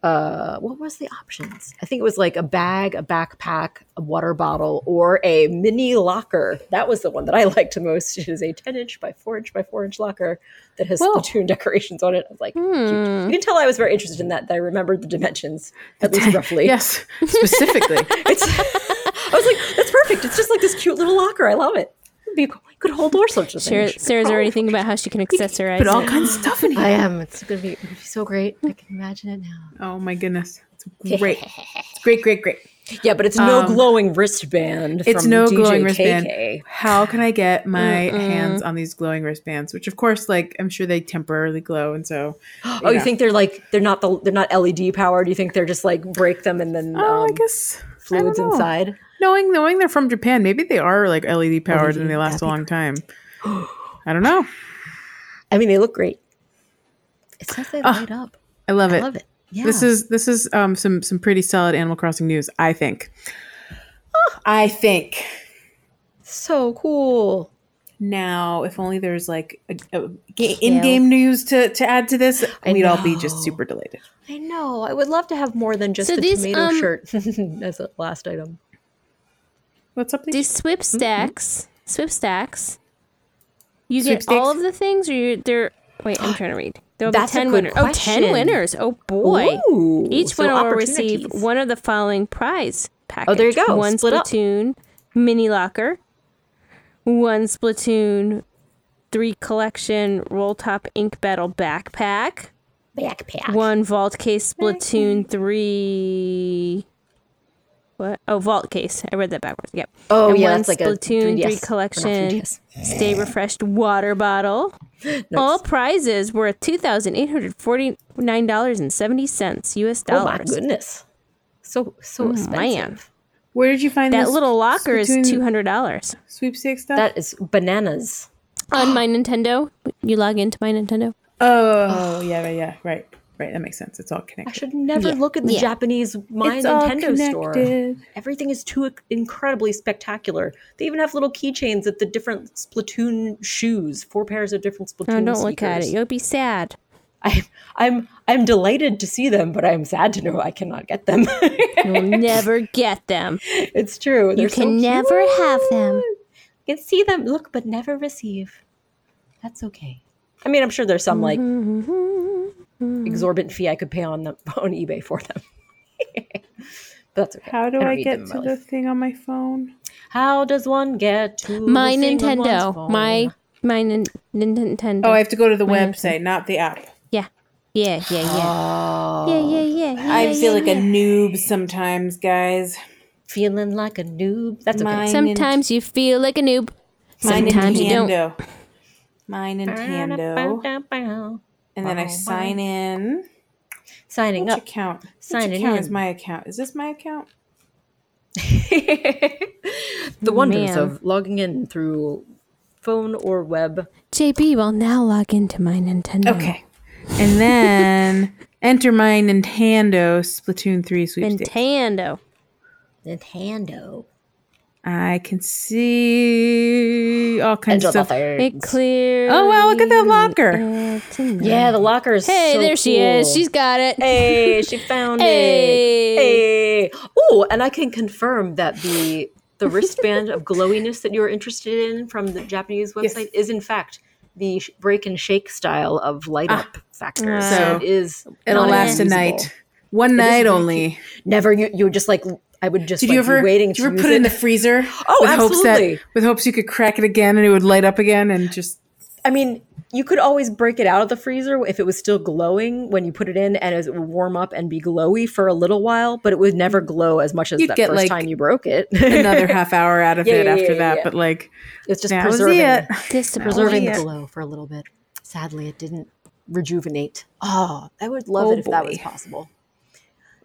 S2: uh, what was the options? I think it was like a bag, a backpack, a water bottle, or a mini locker. That was the one that I liked the most. It is a 10 inch by 4 inch by 4 inch locker that has
S6: Whoa.
S2: Splatoon decorations on it. I was like, cute.
S4: Hmm.
S2: you can tell I was very interested in that, that I remembered the dimensions, at least roughly.
S4: Yes, specifically.
S2: It's, I was like, that's perfect. It's just like this cute little locker. I love it. It'd be cool. You could hold or something.
S6: Sarah, Sarah's
S2: Oh.
S6: already thinking about how she can accessorize
S4: Put all
S6: it.
S4: kinds of stuff in here.
S2: I am. It's going to be, it'd be so great. I can imagine it now.
S4: Oh my goodness. It's great. It's great, great, great.
S2: Yeah, but it's no
S4: Um,
S2: glowing wristband.
S4: It's
S2: from
S4: no
S2: DJ
S4: glowing wristband.
S2: KK.
S4: How can I get my hands on these glowing wristbands? Which of course, like I'm sure they temporarily glow and so
S2: Oh, you
S4: know.
S2: think they're like they're not the they're not LED powered? You think they're just like break them and then
S4: Oh, I
S2: um,
S4: guess I don't
S2: fluids
S4: know.
S2: inside?
S4: Knowing knowing they're from Japan, maybe they are like LED powered and they last a long time. I don't know.
S2: I mean, they look great. Ah, It says they light up.
S4: I love it.
S2: I love it. Yeah.
S4: This is this is um some some pretty solid Animal Crossing news, I think. Ah, I think.
S2: so cool.
S4: Now, if only there's like a, a ga- in-game news to to add to this, we'd all be just super delighted.
S2: I know. I would love to have more than just
S6: So
S2: the
S6: these,
S2: tomato
S6: um,
S2: shirt as a last item.
S4: What's up? Lee?
S6: These swipstacks, swipstacks. You get all
S4: Sweepstakes?
S6: of the things, or you they're. Wait, I'm trying to read. There'll
S2: That's a
S6: be ten
S2: good
S6: winners. Oh,
S2: question.
S6: 10 winners. Oh boy!
S2: Ooh,
S6: Each
S2: so
S6: winner will receive
S2: opportunities. Oh,
S6: one of the following prize package.
S2: there you go.
S6: One
S2: Split up.
S6: Splatoon mini locker, one Splatoon three collection roll top ink battle backpack,
S2: backpack.
S6: one vault case Splatoon three. What? Oh, vault case. I read that backwards. Yep.
S2: Oh,
S6: and
S2: yeah,
S6: one
S2: that's like a 3DS.
S6: Splatoon
S2: Or
S6: three
S2: not
S6: collection
S2: 3DS.
S6: stay refreshed water bottle. All prizes worth two thousand eight hundred forty nine dollars and seventy cents U.S.
S2: Oh my
S6: dollars. Mm,
S2: goodness. So so expensive.
S6: man.
S4: Where did you find
S6: That
S4: this
S6: little locker is
S4: Splatoon
S6: two hundred dollars
S4: sweepstakes stuff?
S2: That is bananas.
S6: on my Nintendo. You log into my Nintendo.
S4: oh, yeah, yeah, yeah, right, right. That makes sense. It's all
S2: I
S4: connected.
S2: should never look at the
S6: Yeah.
S2: Japanese My
S4: It's all
S2: Nintendo store.
S4: connected.
S2: Everything is too incredibly spectacular. They even have little keychains at the different Splatoon shoes, four pairs of different Splatoon.
S6: No, Oh, don't look at it.
S2: sneakers.
S6: You'll be sad.
S2: I, I'm I'm delighted to see them, but I'm sad to know I cannot get them.
S6: You'll never get them.
S2: it's true.
S6: You can never have them.
S2: You can see them, look, but never receive. That's okay. I mean, I'm sure there's some like
S6: Mm-hmm.
S2: exorbitant fee I could pay on them on eBay for them. but that's okay.
S4: How do
S2: don't
S4: I,
S2: need
S4: get
S2: them in
S4: to
S2: my
S4: the
S2: life.
S4: thing on my phone?
S2: How does one get to the
S6: my
S2: thing on one's
S6: Nintendo,
S2: phone?
S6: my my nin- Nintendo.
S4: Oh, I have to go to the website, not the app.
S6: yeah, yeah, yeah, yeah,
S2: Oh,
S6: yeah, yeah, yeah. yeah,
S4: I feel
S6: yeah,
S4: like a noob sometimes, guys.
S2: feeling like a noob. That's okay.
S4: My
S6: yeah. Sometimes you feel like a noob.
S4: My
S6: Sometimes you don't.
S4: Nintendo. My Nintendo. And then I sign in.
S2: Signing
S4: Which
S2: up.
S4: account?
S2: Sign
S4: Which
S2: it
S4: account
S2: in.
S4: is my account? Is this my account?
S2: the wonders
S6: Man.
S2: of logging in through phone or web.
S6: JB will now log into my Nintendo.
S4: Okay. And then enter my Nintendo Splatoon 3 sweepstakes.
S6: Nintendo.
S2: Nintendo.
S4: I can see all kinds
S2: Angela
S4: of stuff.
S6: It
S2: Thirds.
S6: clear.
S4: Oh, wow, look at that locker.
S2: Yeah, the locker is
S6: Hey,
S2: so
S6: there she is.
S2: cool.
S6: She's got it.
S2: Hey, she found it.
S6: Hey.
S2: Hey. Oh, and I can confirm that the the wristband of glowiness that you were interested in from the Japanese
S4: Yes.
S2: website is in fact the sh- break and shake style of light
S4: Ah.
S2: up factor.
S6: Wow.
S2: So
S4: So
S2: it is
S4: It'll
S2: not
S4: last a
S2: unusable.
S4: night. One
S2: is
S4: night
S2: very
S4: only.
S2: Never you you would just like I would just
S4: Did
S2: like,
S4: you ever,
S2: be waiting
S4: did you
S2: to
S4: ever
S2: use
S4: put it in the freezer?
S2: Oh, absolutely.
S4: Hopes that, with hopes you could crack it again and it would light up again and just.
S2: I mean, you could always break it out of the freezer if it was still glowing when you put it in, and it would warm up and be glowy for a little while, but it would never glow as much as
S4: You'd
S2: that
S4: get,
S2: first
S4: like,
S2: time you broke it.
S4: Another half hour out of
S2: Yeah,
S4: it
S2: yeah,
S4: after
S2: yeah,
S4: that,
S2: yeah.
S4: but like
S2: it's just
S4: that was
S2: preserving,
S4: it.
S6: This
S2: preserving
S4: yeah.
S2: the glow for a little bit. Sadly, it didn't rejuvenate. Oh, I would love
S4: Oh,
S2: it if that was
S4: boy.
S2: possible.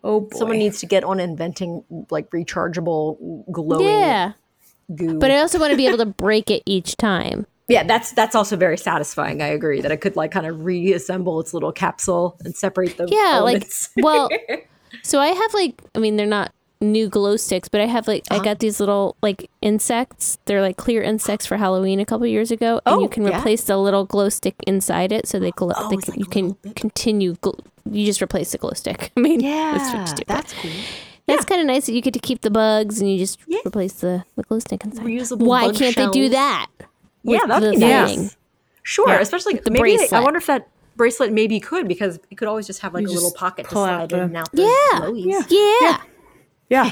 S4: Oh boy!
S2: Someone needs to get on inventing like rechargeable glowing
S6: Yeah.
S2: goo.
S6: But I also want to be able to break it each time.
S2: yeah, that's that's also very satisfying. I agree that I could like kind of reassemble its little capsule and separate the
S6: Yeah, like
S2: elements.
S6: well, so I have like I mean they're not new glow sticks, but I have like
S2: Uh-huh.
S6: I got these little like insects. They're like clear insects for Halloween a couple years ago, and
S2: Oh,
S6: you can
S2: yeah. Oh,
S6: replace the little glow stick inside it, so they glow. they
S2: it's
S6: can,
S2: like
S6: you
S2: a little
S6: can continue. Gl- you just replace the glow stick. I mean, that's
S2: yeah,
S6: pretty stupid.
S2: that's cool.
S6: That's kind of nice that you get to keep the bugs and you just
S2: Yeah.
S6: replace the, the glow stick inside.
S2: Reusable
S6: Why
S2: bug
S6: can't they do
S2: shells.
S6: that?
S2: yeah,
S6: with
S2: that'd
S6: the
S2: be nice.
S6: thing.
S2: Sure,
S4: Yeah.
S2: especially
S6: The
S2: maybe I
S6: bracelet.
S2: wonder if that bracelet maybe could because it could always just have like
S4: You
S2: a little
S4: just
S2: pocket to
S4: pull out
S2: slide in
S4: the-
S2: and out. those
S6: Yeah.
S2: glowies.
S6: Yeah.
S4: yeah,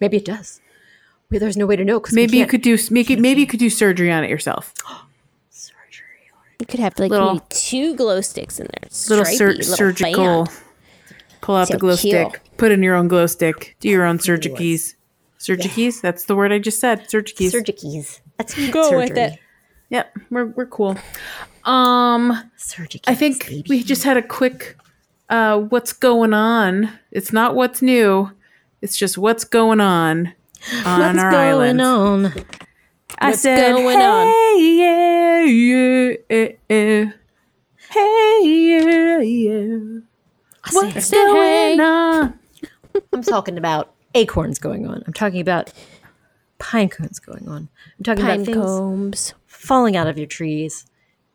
S2: maybe it does. Well, there's no way to know because
S4: maybe you could do make it. Maybe you could do surgery on it yourself.
S2: surgery.
S6: You could have like
S4: Little-
S6: maybe two glow sticks in there.
S4: Little,
S6: Stripey,
S4: sur-
S6: little
S4: surgical.
S6: band.
S4: Pull out
S6: So
S4: the glow
S6: cute.
S4: stick. Put in your own glow stick. Do your own surgeries. Surgeries. That's the word I just said. Surgeries.
S2: Surgeries. That's
S6: Go
S2: surgery.
S6: with it.
S4: yep. We're we're cool. Um,
S2: Surgeries.
S4: I think
S2: baby.
S4: we just had a quick. Uh, what's going on? It's not what's new. It's just what's going on on
S2: what's
S4: our
S2: going
S4: island.
S2: on.
S4: I said,
S6: going
S4: hey,
S6: on?"
S4: yeah, yeah, eh, eh. Hey, yeah, yeah. What's
S6: said,
S4: going
S6: "Hey."
S4: on?
S2: I'm talking about acorns going on. I'm talking about pine cones going on. I'm talking
S6: Pine
S2: about things
S6: combs.
S2: falling out of your trees,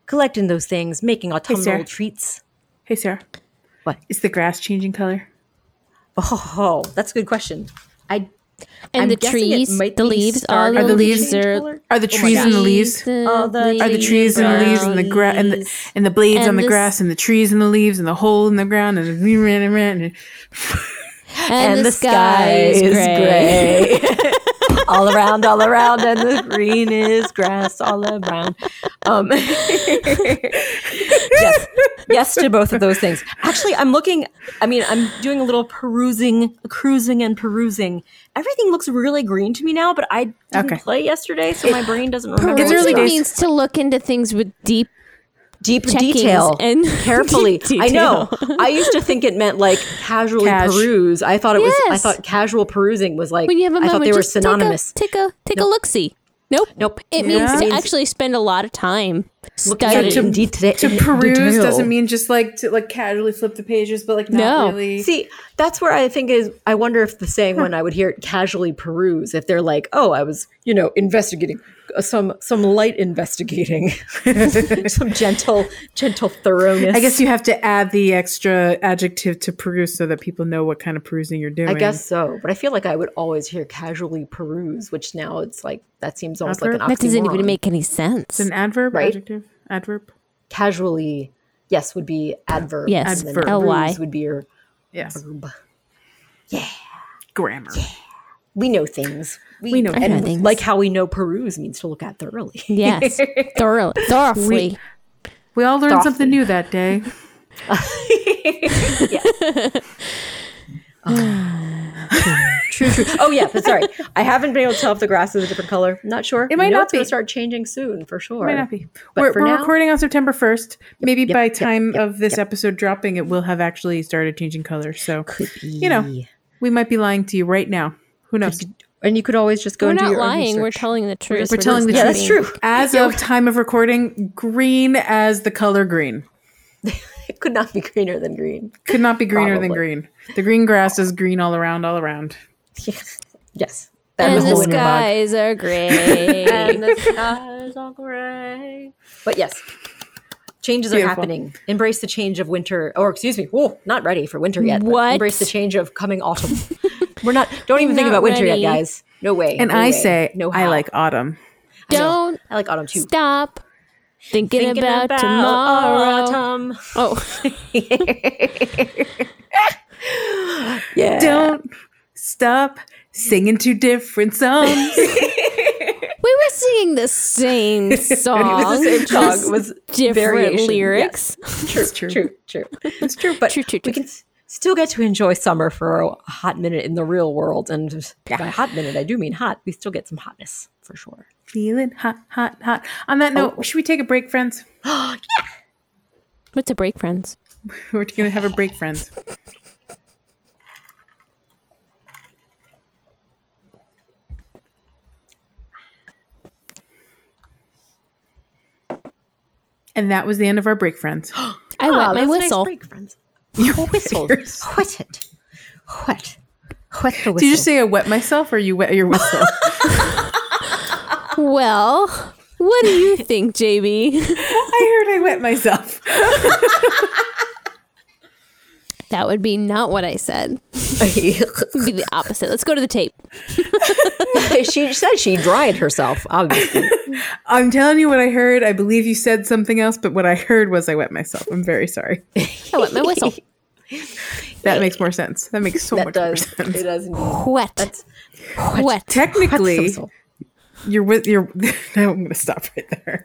S2: collecting those things, making autumnal
S4: Sarah.
S2: treats.
S4: Hey, Sarah.
S2: What?
S4: Is the grass changing color?
S2: Oh, that's a good question. I
S6: And
S2: I'm
S6: the
S2: guessing it
S6: trees,
S2: might
S6: the
S2: be
S6: leaves, all
S2: starting
S6: the,
S4: to
S6: leaves
S2: change
S6: are
S2: color.
S4: Are the trees and the leaves?
S2: All the
S4: Are the Oh trees and the leaves and the grass and the,
S2: Trees.
S4: and the blades
S6: And
S4: on the
S6: this-
S4: grass and the trees and the leaves and the hole in the ground and the ran and ran and
S6: and, the sky is
S2: gray.
S6: gray.
S2: all around, all around, and the green is grass all around. Um, yes, yes to both of those things. Actually, I'm looking. I mean, I'm doing a little perusing, cruising, and perusing. Everything looks really green to me now, but I didn't
S4: Okay.
S2: play yesterday, so my brain doesn't remember.
S4: It's
S2: what
S4: early
S6: Perusing
S2: stuff.
S4: days.
S6: means to look into things with deep
S2: deep
S6: checkings
S2: detail
S6: and
S2: carefully.
S6: deep
S2: I know. I used to think it meant like casually
S4: Cash.
S2: peruse. I thought it was. I
S6: Yes.
S2: thought casual perusing was like.
S6: when you have a
S2: I
S6: moment.
S2: thought they were
S6: just take a-
S2: synonymous.
S6: Take a take a, look see. Nope.
S2: Nope.
S6: It
S4: Yeah.
S6: means
S4: It
S6: to
S2: means-
S6: actually spend a lot of time studying.
S2: to, deta-
S4: to
S2: in
S4: peruse
S2: detail.
S4: doesn't mean just like to like casually flip the pages, but like not
S6: No.
S4: really.
S2: See, that's where I think is. I wonder if the saying when I would hear it casually peruse, if they're like, "Oh, I was, you know, investigating uh, some some light investigating, some gentle gentle thoroughness."
S4: I guess you have to add the extra adjective to peruse so that people know what kind of perusing you're doing.
S2: I guess so, but I feel like I would always hear casually peruse, which now it's like that seems almost like an
S4: Adverb?
S2: oxymoron.
S6: that doesn't even make any sense.
S4: an adverb,
S2: Right?
S4: adjective, adverb.
S2: casually Yes would be adverb.
S6: Yes.
S2: and then
S4: Adverb.
S6: Ly.
S2: bruise would be your
S4: Yes.
S2: verb.
S4: Grammar.
S2: We know things.
S4: We know
S2: and
S6: things.
S2: Like how we know peruse means to look at thoroughly.
S6: Yes. Thoroughly. Thoroughly.
S4: We- We all learned something new that day.
S2: True, true. Oh yeah, but sorry, I haven't been able to tell if the grass is a different color. Not sure.
S4: It might
S2: We know
S4: not
S2: it's going
S4: be.
S2: to start changing soon for sure.
S4: Might not be.
S2: But
S4: we're
S2: for
S4: we're
S2: now-
S4: recording on September 1st. Maybe
S2: yep,
S4: by
S2: yep,
S4: time
S2: yep,
S4: of this episode dropping, it will have actually started changing color. So
S2: Could be.
S4: You know. we might be lying to you right now. Who knows?
S2: and you could always just go.
S6: we're
S2: and do
S6: not
S2: your own
S6: lying. We're
S2: research.
S6: telling the truth.
S4: We're telling
S6: just
S4: the
S2: Yeah,
S6: not
S2: that's
S6: being-
S2: true.
S4: As of time of recording, green as the color green.
S2: It could not be greener than green.
S4: Could not be greener than
S2: Probably.
S4: green. The green grass is green all around, all around.
S2: Yes, that
S6: And
S2: was
S6: the
S2: the winner.
S6: skies are gray.
S2: the skies are gray. But yes, changes are
S4: Beautiful.
S2: happening. Embrace the change of winter, or excuse me, whoa, not ready for winter yet. but
S6: What?
S2: Embrace the change of coming autumn. We're not. Don't even think
S6: not
S2: about winter
S6: ready.
S2: yet, guys. No way.
S4: And
S2: no
S4: I
S2: way,
S4: say,
S2: no.
S4: I
S2: how.
S4: like autumn.
S6: Don't
S2: I like autumn too.
S6: stop thinking,
S2: Thinking
S6: about, tomorrow.
S2: autumn.
S6: Oh,
S2: Yeah.
S4: Don't stop singing two different songs.
S6: we were singing the same song.
S2: It was the same song. It was
S6: different
S2: variation.
S6: lyrics.
S2: Yes. True,
S4: true.
S2: true, true, true. It's true, but
S6: True, true, true.
S2: we can s- still get to enjoy summer for a hot minute in the real world. And by hot minute, I do mean hot. We still get some hotness for sure.
S4: Feeling hot, hot, hot. On that note, should we take a break, friends?
S6: What's a break, friends?
S4: We're going to have a break, friends. And that was the end of our break, friends.
S6: I
S2: Ah, that's a
S6: wet my
S2: nice
S6: whistle.
S2: break, friends. You whistled.
S4: Yours.
S2: Wet it. Wet. Wet the whistle.
S4: Did you just say I wet myself or you wet your whistle?
S6: Well, what do you think, JB?
S4: I heard I wet myself.
S6: that would be not what I said. It'd be the opposite. Let's go to the tape.
S2: she said she dried herself, obviously.
S4: I'm telling you what I heard. I believe you said something else, but what I heard was I wet myself. I'm very sorry.
S6: I wet my whistle.
S4: That makes more sense. That makes so
S2: that
S4: much
S2: does.
S4: more sense.
S2: It does. indeed.
S6: Wet. Wet.
S4: Technically,
S2: Whistle.
S4: you're with your. Now I'm going to stop right there.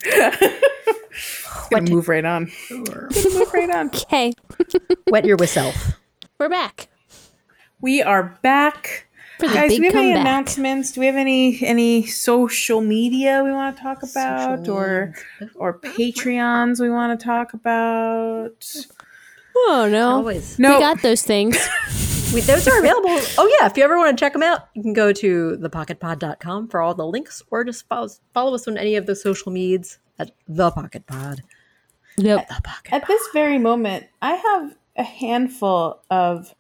S4: going to move right on. Gonna move right on.
S6: Okay,
S2: Wet your whistle.
S6: we're back.
S4: We are back.
S6: For the
S4: Guys, do
S6: big
S4: we have any
S6: comeback.
S4: announcements? Do we have any any social media we want to talk about, or or Patreons we want to talk about?
S6: Oh no.
S2: Always.
S4: No.
S6: We got those things.
S2: We, those are available. Oh, yeah. If you ever want to check them out, you can go to thepocketpod.com for all the links or just follow, follow us on any of the social medias at The Pocket Pod.
S6: Nope.
S2: The Pocket.
S4: At this very moment, I have a handful of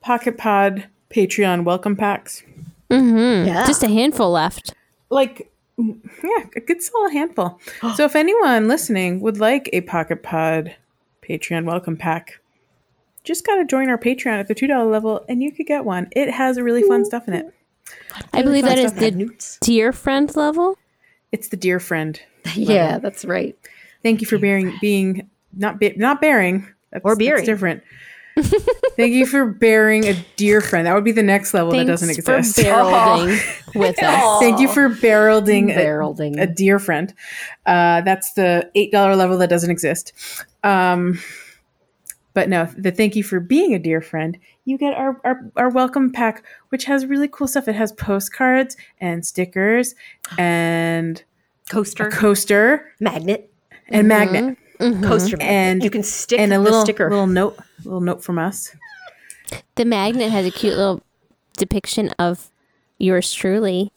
S4: Pocket Pod Patreon welcome packs.
S6: Mm-hmm.
S2: Yeah.
S6: Just a handful left.
S4: Like, mm, yeah, a good solid handful. so, if anyone listening would like a Pocket Pod Patreon welcome pack, just got to join our Patreon at the $2 level and you could get one. It has really fun stuff in it.
S6: I believe that
S4: fun
S6: is
S4: stuff.
S6: the
S2: Newts.
S6: dear friend level.
S4: It's the dear friend.
S2: Yeah, that's right.
S4: Thank you for bearing, being, not be, not bearing. That's,
S2: Or bearing.
S4: That's different. Thank you for bearing a dear friend. That would be the next level that
S6: Thanks
S4: doesn't
S6: for
S4: exist.
S6: barreling with us.
S4: Thank you for barreling a,
S2: Barreling.
S4: a dear friend. Uh, that's the eight dollar level that doesn't exist. Um, but no, the thank you for being a dear friend. You get our, our our welcome pack, which has really cool stuff. It has postcards and stickers and a
S2: coaster.
S4: coaster
S2: magnet.
S4: and magnet
S2: Coaster magnet.
S4: And-
S2: you can Mm-hmm. stick
S4: and a
S2: the
S4: little
S2: sticker.
S4: little note little note from us.
S6: The magnet has a cute little depiction of yours truly.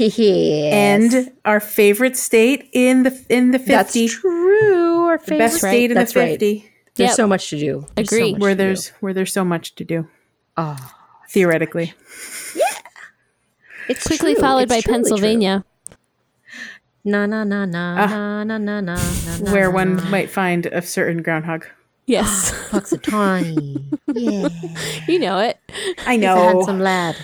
S4: And our favorite state in the in the
S2: that's
S4: fifty
S2: true. Our favorite.
S4: best state in
S2: That's
S4: the
S2: right.
S4: fifty.
S2: There's
S6: Yep.
S2: so much to do. There's so
S6: Agree.
S2: much
S4: Where
S2: to do.
S4: there's where there's so much to do
S2: Oh,
S4: theoretically.
S2: it's
S6: Quickly
S2: true.
S6: followed
S2: It's
S6: by
S2: truly true.
S6: Pennsylvania.
S2: Na na na na na na na na.
S4: where one might find a certain groundhog.
S6: Yes.
S2: Puxatawny. yeah.
S6: you know it.
S4: I know.
S2: Handsome lad.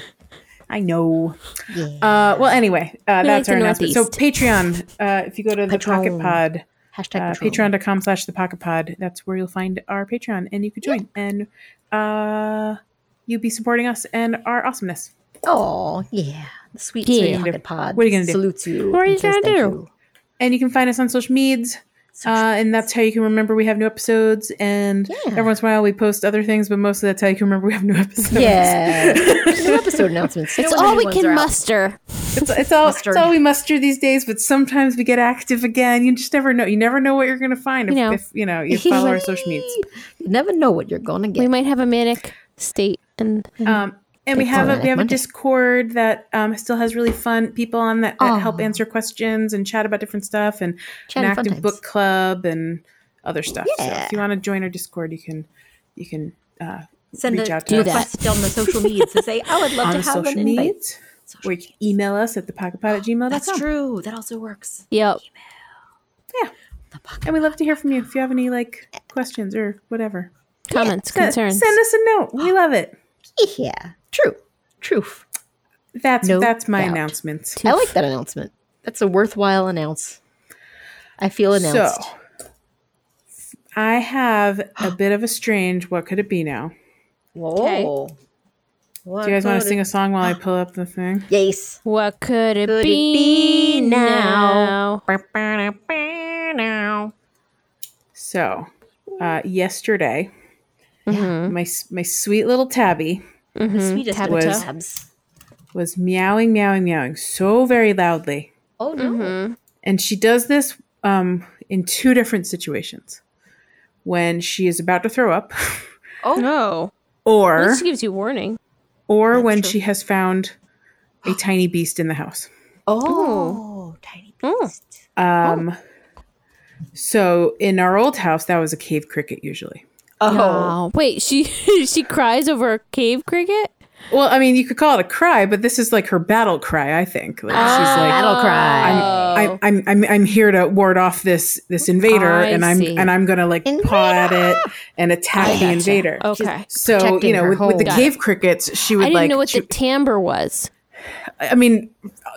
S4: I know. Uh, well, anyway, uh, that's
S6: We like
S4: our
S6: the
S4: announcement. So
S6: Northeast.
S4: Patreon, uh, if you go to the Pocket
S2: Patron.
S4: Pod
S2: Hashtag
S4: uh,
S2: Patreon.
S4: patreon.com slash the pocket pod that's where you'll find our patreon and you can join and uh you'll be supporting us and our awesomeness
S2: Oh, yeah. The sweet, sweet
S6: Yeah.
S2: pocket pod.
S4: What are you gonna do?
S2: Salutes you.
S6: What are you
S2: and says
S6: gonna
S2: thank
S6: do?
S2: you.
S4: and you can find us on social medias
S2: Social
S4: uh, and that's how you can remember we have new episodes and
S2: Yeah.
S4: every once in a while we post other things but most of that's how you can remember we have new episodes
S2: Yeah. New episode announcements.
S6: It's all we can muster.
S4: it's, it's all it's
S2: Mustard.
S4: all we muster these days but sometimes we get active again you just never know you never know what you're gonna find if
S6: You
S4: you,
S6: know.
S4: if, you know you follow our social medias
S2: You never know what you're going to
S6: We
S2: get.
S6: might have a manic state and
S4: Um, and we
S2: Big
S4: have a,
S2: Planet
S4: we have a
S2: Monday.
S4: Discord that um, still has really fun people on that, that help
S2: Aw.
S4: answer questions and chat about different stuff and
S2: Chat
S4: an
S2: and fun
S4: active
S2: times.
S4: book club and other stuff. So
S2: Yeah.
S4: if you want to join our Discord, you can you can uh,
S2: Send
S4: reach
S2: a
S4: out to us.
S2: request on the social media to say, I would love
S4: on
S2: to
S4: the
S2: have
S4: social
S2: an invite.
S4: medias,
S2: Social
S4: or you can
S2: medias.
S4: email us at thepocketpod at gmail.com.
S2: That's true. That also works.
S6: yep.
S2: The
S4: And we love to hear from you if you have any like questions or whatever.
S6: Comments,
S4: Send,
S6: concerns.
S4: send us a note.
S2: Ah.
S4: We love it.
S2: bucket. Yeah. True. Truth.
S4: That's
S2: No
S4: that's my
S2: doubt.
S4: announcement.
S2: I like that announcement. That's a worthwhile announce. I feel announced.
S4: So, I have a bit of a strange. What could it be now?
S2: Whoa.
S4: Do you guys want to sing a song while I pull up the thing?
S2: Yes.
S6: What could it,
S2: Could it
S6: be,
S2: be
S6: now?
S2: now?
S4: So, uh, yesterday,
S2: Mm-hmm.
S6: Mhm.
S4: my s- my sweet little tabby
S6: Mhm.
S2: Sweetest
S6: Tabata.
S2: of
S4: Was-
S2: tabs.
S4: was meowing, meowing, meowing so very loudly,
S2: Oh no.
S6: Mhm.
S4: and she does this um, in two different situations: when she is about to throw up,
S2: Oh.
S6: No. Oh. At
S4: or
S6: least she gives you warning.
S4: or
S2: That's
S4: when
S2: true.
S4: she has found a tiny beast in the house.
S2: Oh, tiny
S6: Oh.
S2: beast.
S4: Um, So, in our old house, that was a cave cricket usually.
S6: No. Oh. Wait, she she cries over a cave cricket?
S4: Well, I mean, you could call it a cry, but this is like her battle cry. I think like, she's like,
S2: Battle
S6: Oh.
S2: cry.
S4: I'm, I'm, I'm, I'm here to ward off this this invader,
S6: I
S4: and I'm
S6: see.
S4: and I'm gonna like paw at it and attack
S2: I
S4: the
S2: gotcha.
S4: invader.
S6: Okay.
S4: So you
S2: protecting
S4: know,
S2: her
S4: with, with the
S2: home.
S4: cave crickets, she
S6: I
S4: would
S6: didn't
S4: like.
S6: know what
S4: she-
S6: the timbre was.
S4: I mean,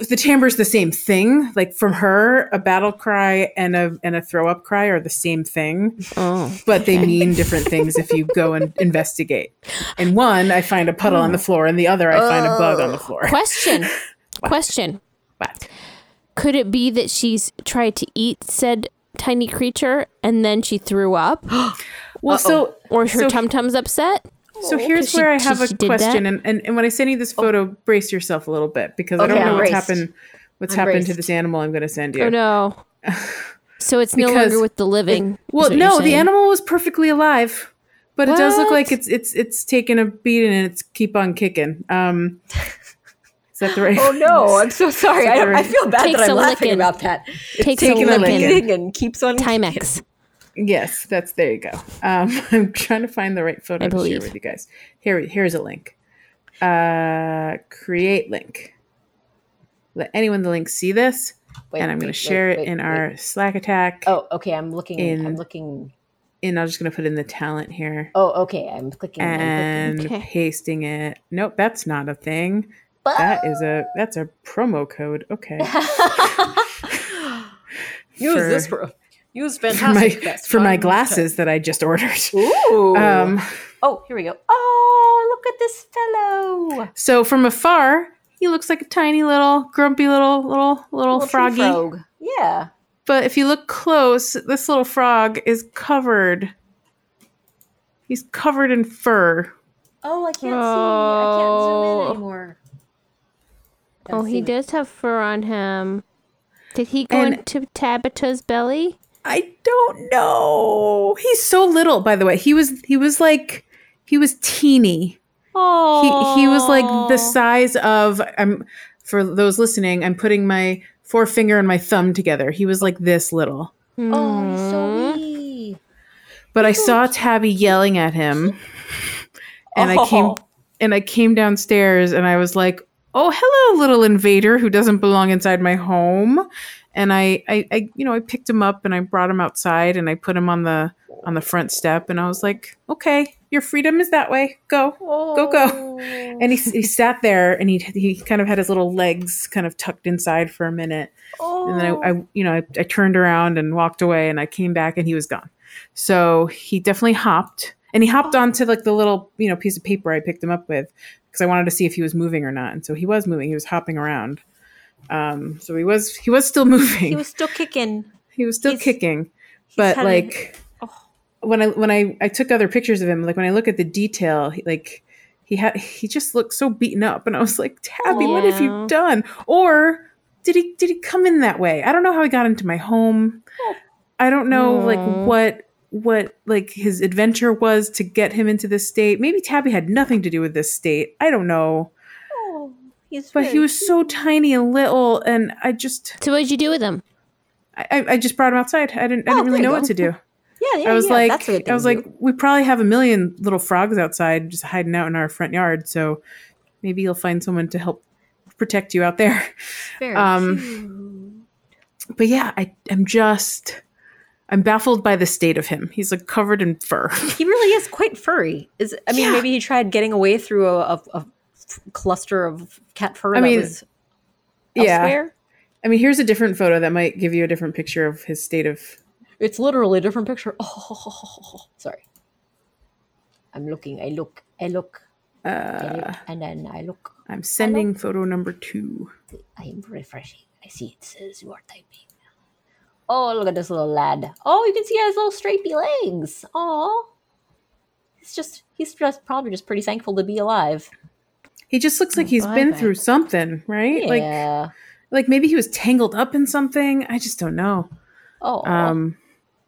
S4: the timbre's the same thing. Like from her, a battle cry and a and a throw up cry are the same thing.
S6: Oh.
S4: but they mean different things if you go and investigate. In one, I find a puddle on the floor, and the other, I find a bug on the floor.
S6: Question. Question.
S4: What?
S6: Could it be that she's tried to eat said tiny creature and then she threw up?
S4: Well, so
S6: Or her
S4: So-
S6: tum tum's upset?
S4: so here's
S6: she-
S4: where I
S6: she-
S4: have a
S6: she did
S4: question,
S6: that?
S4: and, and and when I send you this photo, brace yourself a little bit because I
S2: Okay,
S4: don't know
S2: I'm
S4: what's
S2: braced.
S4: happened. What's
S2: I'm
S4: happened to
S2: braced.
S4: this animal? I'm going to send you.
S6: Oh no. So it's no
S4: Because
S6: longer with the living. is
S4: Well,
S6: what you're
S4: no, the
S6: saying.
S4: animal was perfectly alive, but it does look
S6: What?
S4: like it's it's it's taken a beating and it's keep on kicking. Um, is that the right?
S2: Oh no, I'm so sorry. I, don't- I feel bad
S6: Takes
S2: that
S6: a
S2: I'm laughing
S6: licking.
S2: about that.
S6: takes a
S4: taking a
S6: licking.
S4: licking.
S2: Licking and keeps on
S6: Timex.
S4: Yes, that's there you go. Um, I'm trying to find the right photo
S6: I
S4: to share
S6: believe.
S4: with you guys. Here, here's a link. Uh, create link. Let anyone in the link see this,
S2: Wait,
S4: and I'm going
S2: wait,
S4: to share
S2: wait,
S4: it
S2: wait,
S4: in
S2: wait.
S4: our Slack attack.
S2: Oh, okay. I'm looking.
S4: in-
S2: I'm looking.
S4: and I'm just going to put in the talent here
S2: Oh, okay. I'm clicking. I'm
S4: and
S2: clicking.
S6: Okay.
S4: pasting it. Nope, that's not a thing.
S2: But-
S4: That is a that's a promo code. Okay,
S2: use
S4: for-
S2: this for use
S4: for my
S2: fantastic Best
S4: for
S2: Buy.
S4: my glasses that I just ordered.
S2: Ooh.
S4: Um,
S2: oh, here we go. Oh, look at this fellow.
S4: So from afar, he looks like a tiny little grumpy little little little,
S2: Little tree
S4: froggy.
S2: frog. Yeah.
S4: But if you look close, this little frog is covered. He's covered in fur.
S2: Oh, I can't see. I can't zoom
S6: Oh.
S2: in anymore.
S6: Oh, he
S2: did.
S6: does have fur on him. Did he go
S4: And-
S6: into Tabitha's belly?
S4: I don't know. He's so little, by the way. He was he was like he was teeny.
S6: Oh,
S4: He he was like the size of I'm for those listening, I'm putting my forefinger and my thumb together. He was like this little.
S2: Oh, he's so wee.
S4: But I saw Tabby yelling at him, and I came
S2: Oh.
S4: and I came downstairs, and I was like, "Oh, hello, little invader who doesn't belong inside my home." And I, I, I you know, I picked him up and I brought him outside and I put him on the on the front step, and I was like, "Okay, your freedom is that way. Go, go, go." And he, he sat there, and he he kind of had his little legs kind of tucked inside for a minute, and then I, I you know I, I turned around and walked away, and I came back, and he was gone. So he definitely hopped, and he hopped onto like the little you know piece of paper I picked him up with because I wanted to see if he was moving or not, and so he was moving. He was hopping around. Um, so he was he was still moving.
S1: He was still kicking.
S4: He was still
S1: He's- Oh.
S4: kicking, but
S1: having-
S4: like when I when I I took other pictures of him, like when I look at the detail, he, like he had he just looked so beaten up, and I was like, Tabby, what have you
S6: Aw.
S4: done? Or did he did he come in that way? I don't know how he got into my home.
S1: Oh.
S4: I don't know
S6: Aw.
S4: like what what like his adventure was to get him into this state. Maybe Tabby had nothing to do with this state. I don't know.
S1: Oh, he's
S4: But
S1: very
S4: he was so tiny and little, and I just
S6: So what'd you do with him?
S4: I, I- I just brought him outside. I didn't I
S1: Oh,
S4: didn't really
S1: there you
S4: know
S1: go.
S4: what to do.
S1: Yeah, yeah,
S4: I was
S1: yeah,
S4: like,
S1: that's a good
S4: I was
S1: thing to
S4: like, we probably have a million little frogs outside just hiding out in our front yard. So maybe you'll find someone to help protect you out there.
S1: do. Very
S4: um,
S1: cute.
S4: But yeah, I, I'm just, I'm baffled by the state of him. He's like covered in fur.
S2: He really is quite furry. Is I mean,
S4: Yeah.
S2: maybe he tried getting away through a, a, a f- cluster of cat fur.
S4: I
S2: I
S4: mean,
S2: mean, was elsewhere.
S4: I mean, here's a different photo that might give you a different picture of his state of.
S2: it's literally a different picture. Oh, sorry. I'm looking. I look. I look. I
S4: Uh,
S2: look and then I look.
S4: I'm sending photo number two.
S2: I'm refreshing. I see it says you are typing. Oh, look at this little lad. Oh, you can see he has little stripy legs. Oh, he's just he's just probably just pretty thankful to be alive.
S4: He just looks
S1: Oh,
S4: like he's
S6: bye
S4: been
S6: bye.
S4: through something, right? Like,
S2: Yeah.
S4: like maybe he was tangled up in something. I just don't know.
S2: oh.
S4: Um,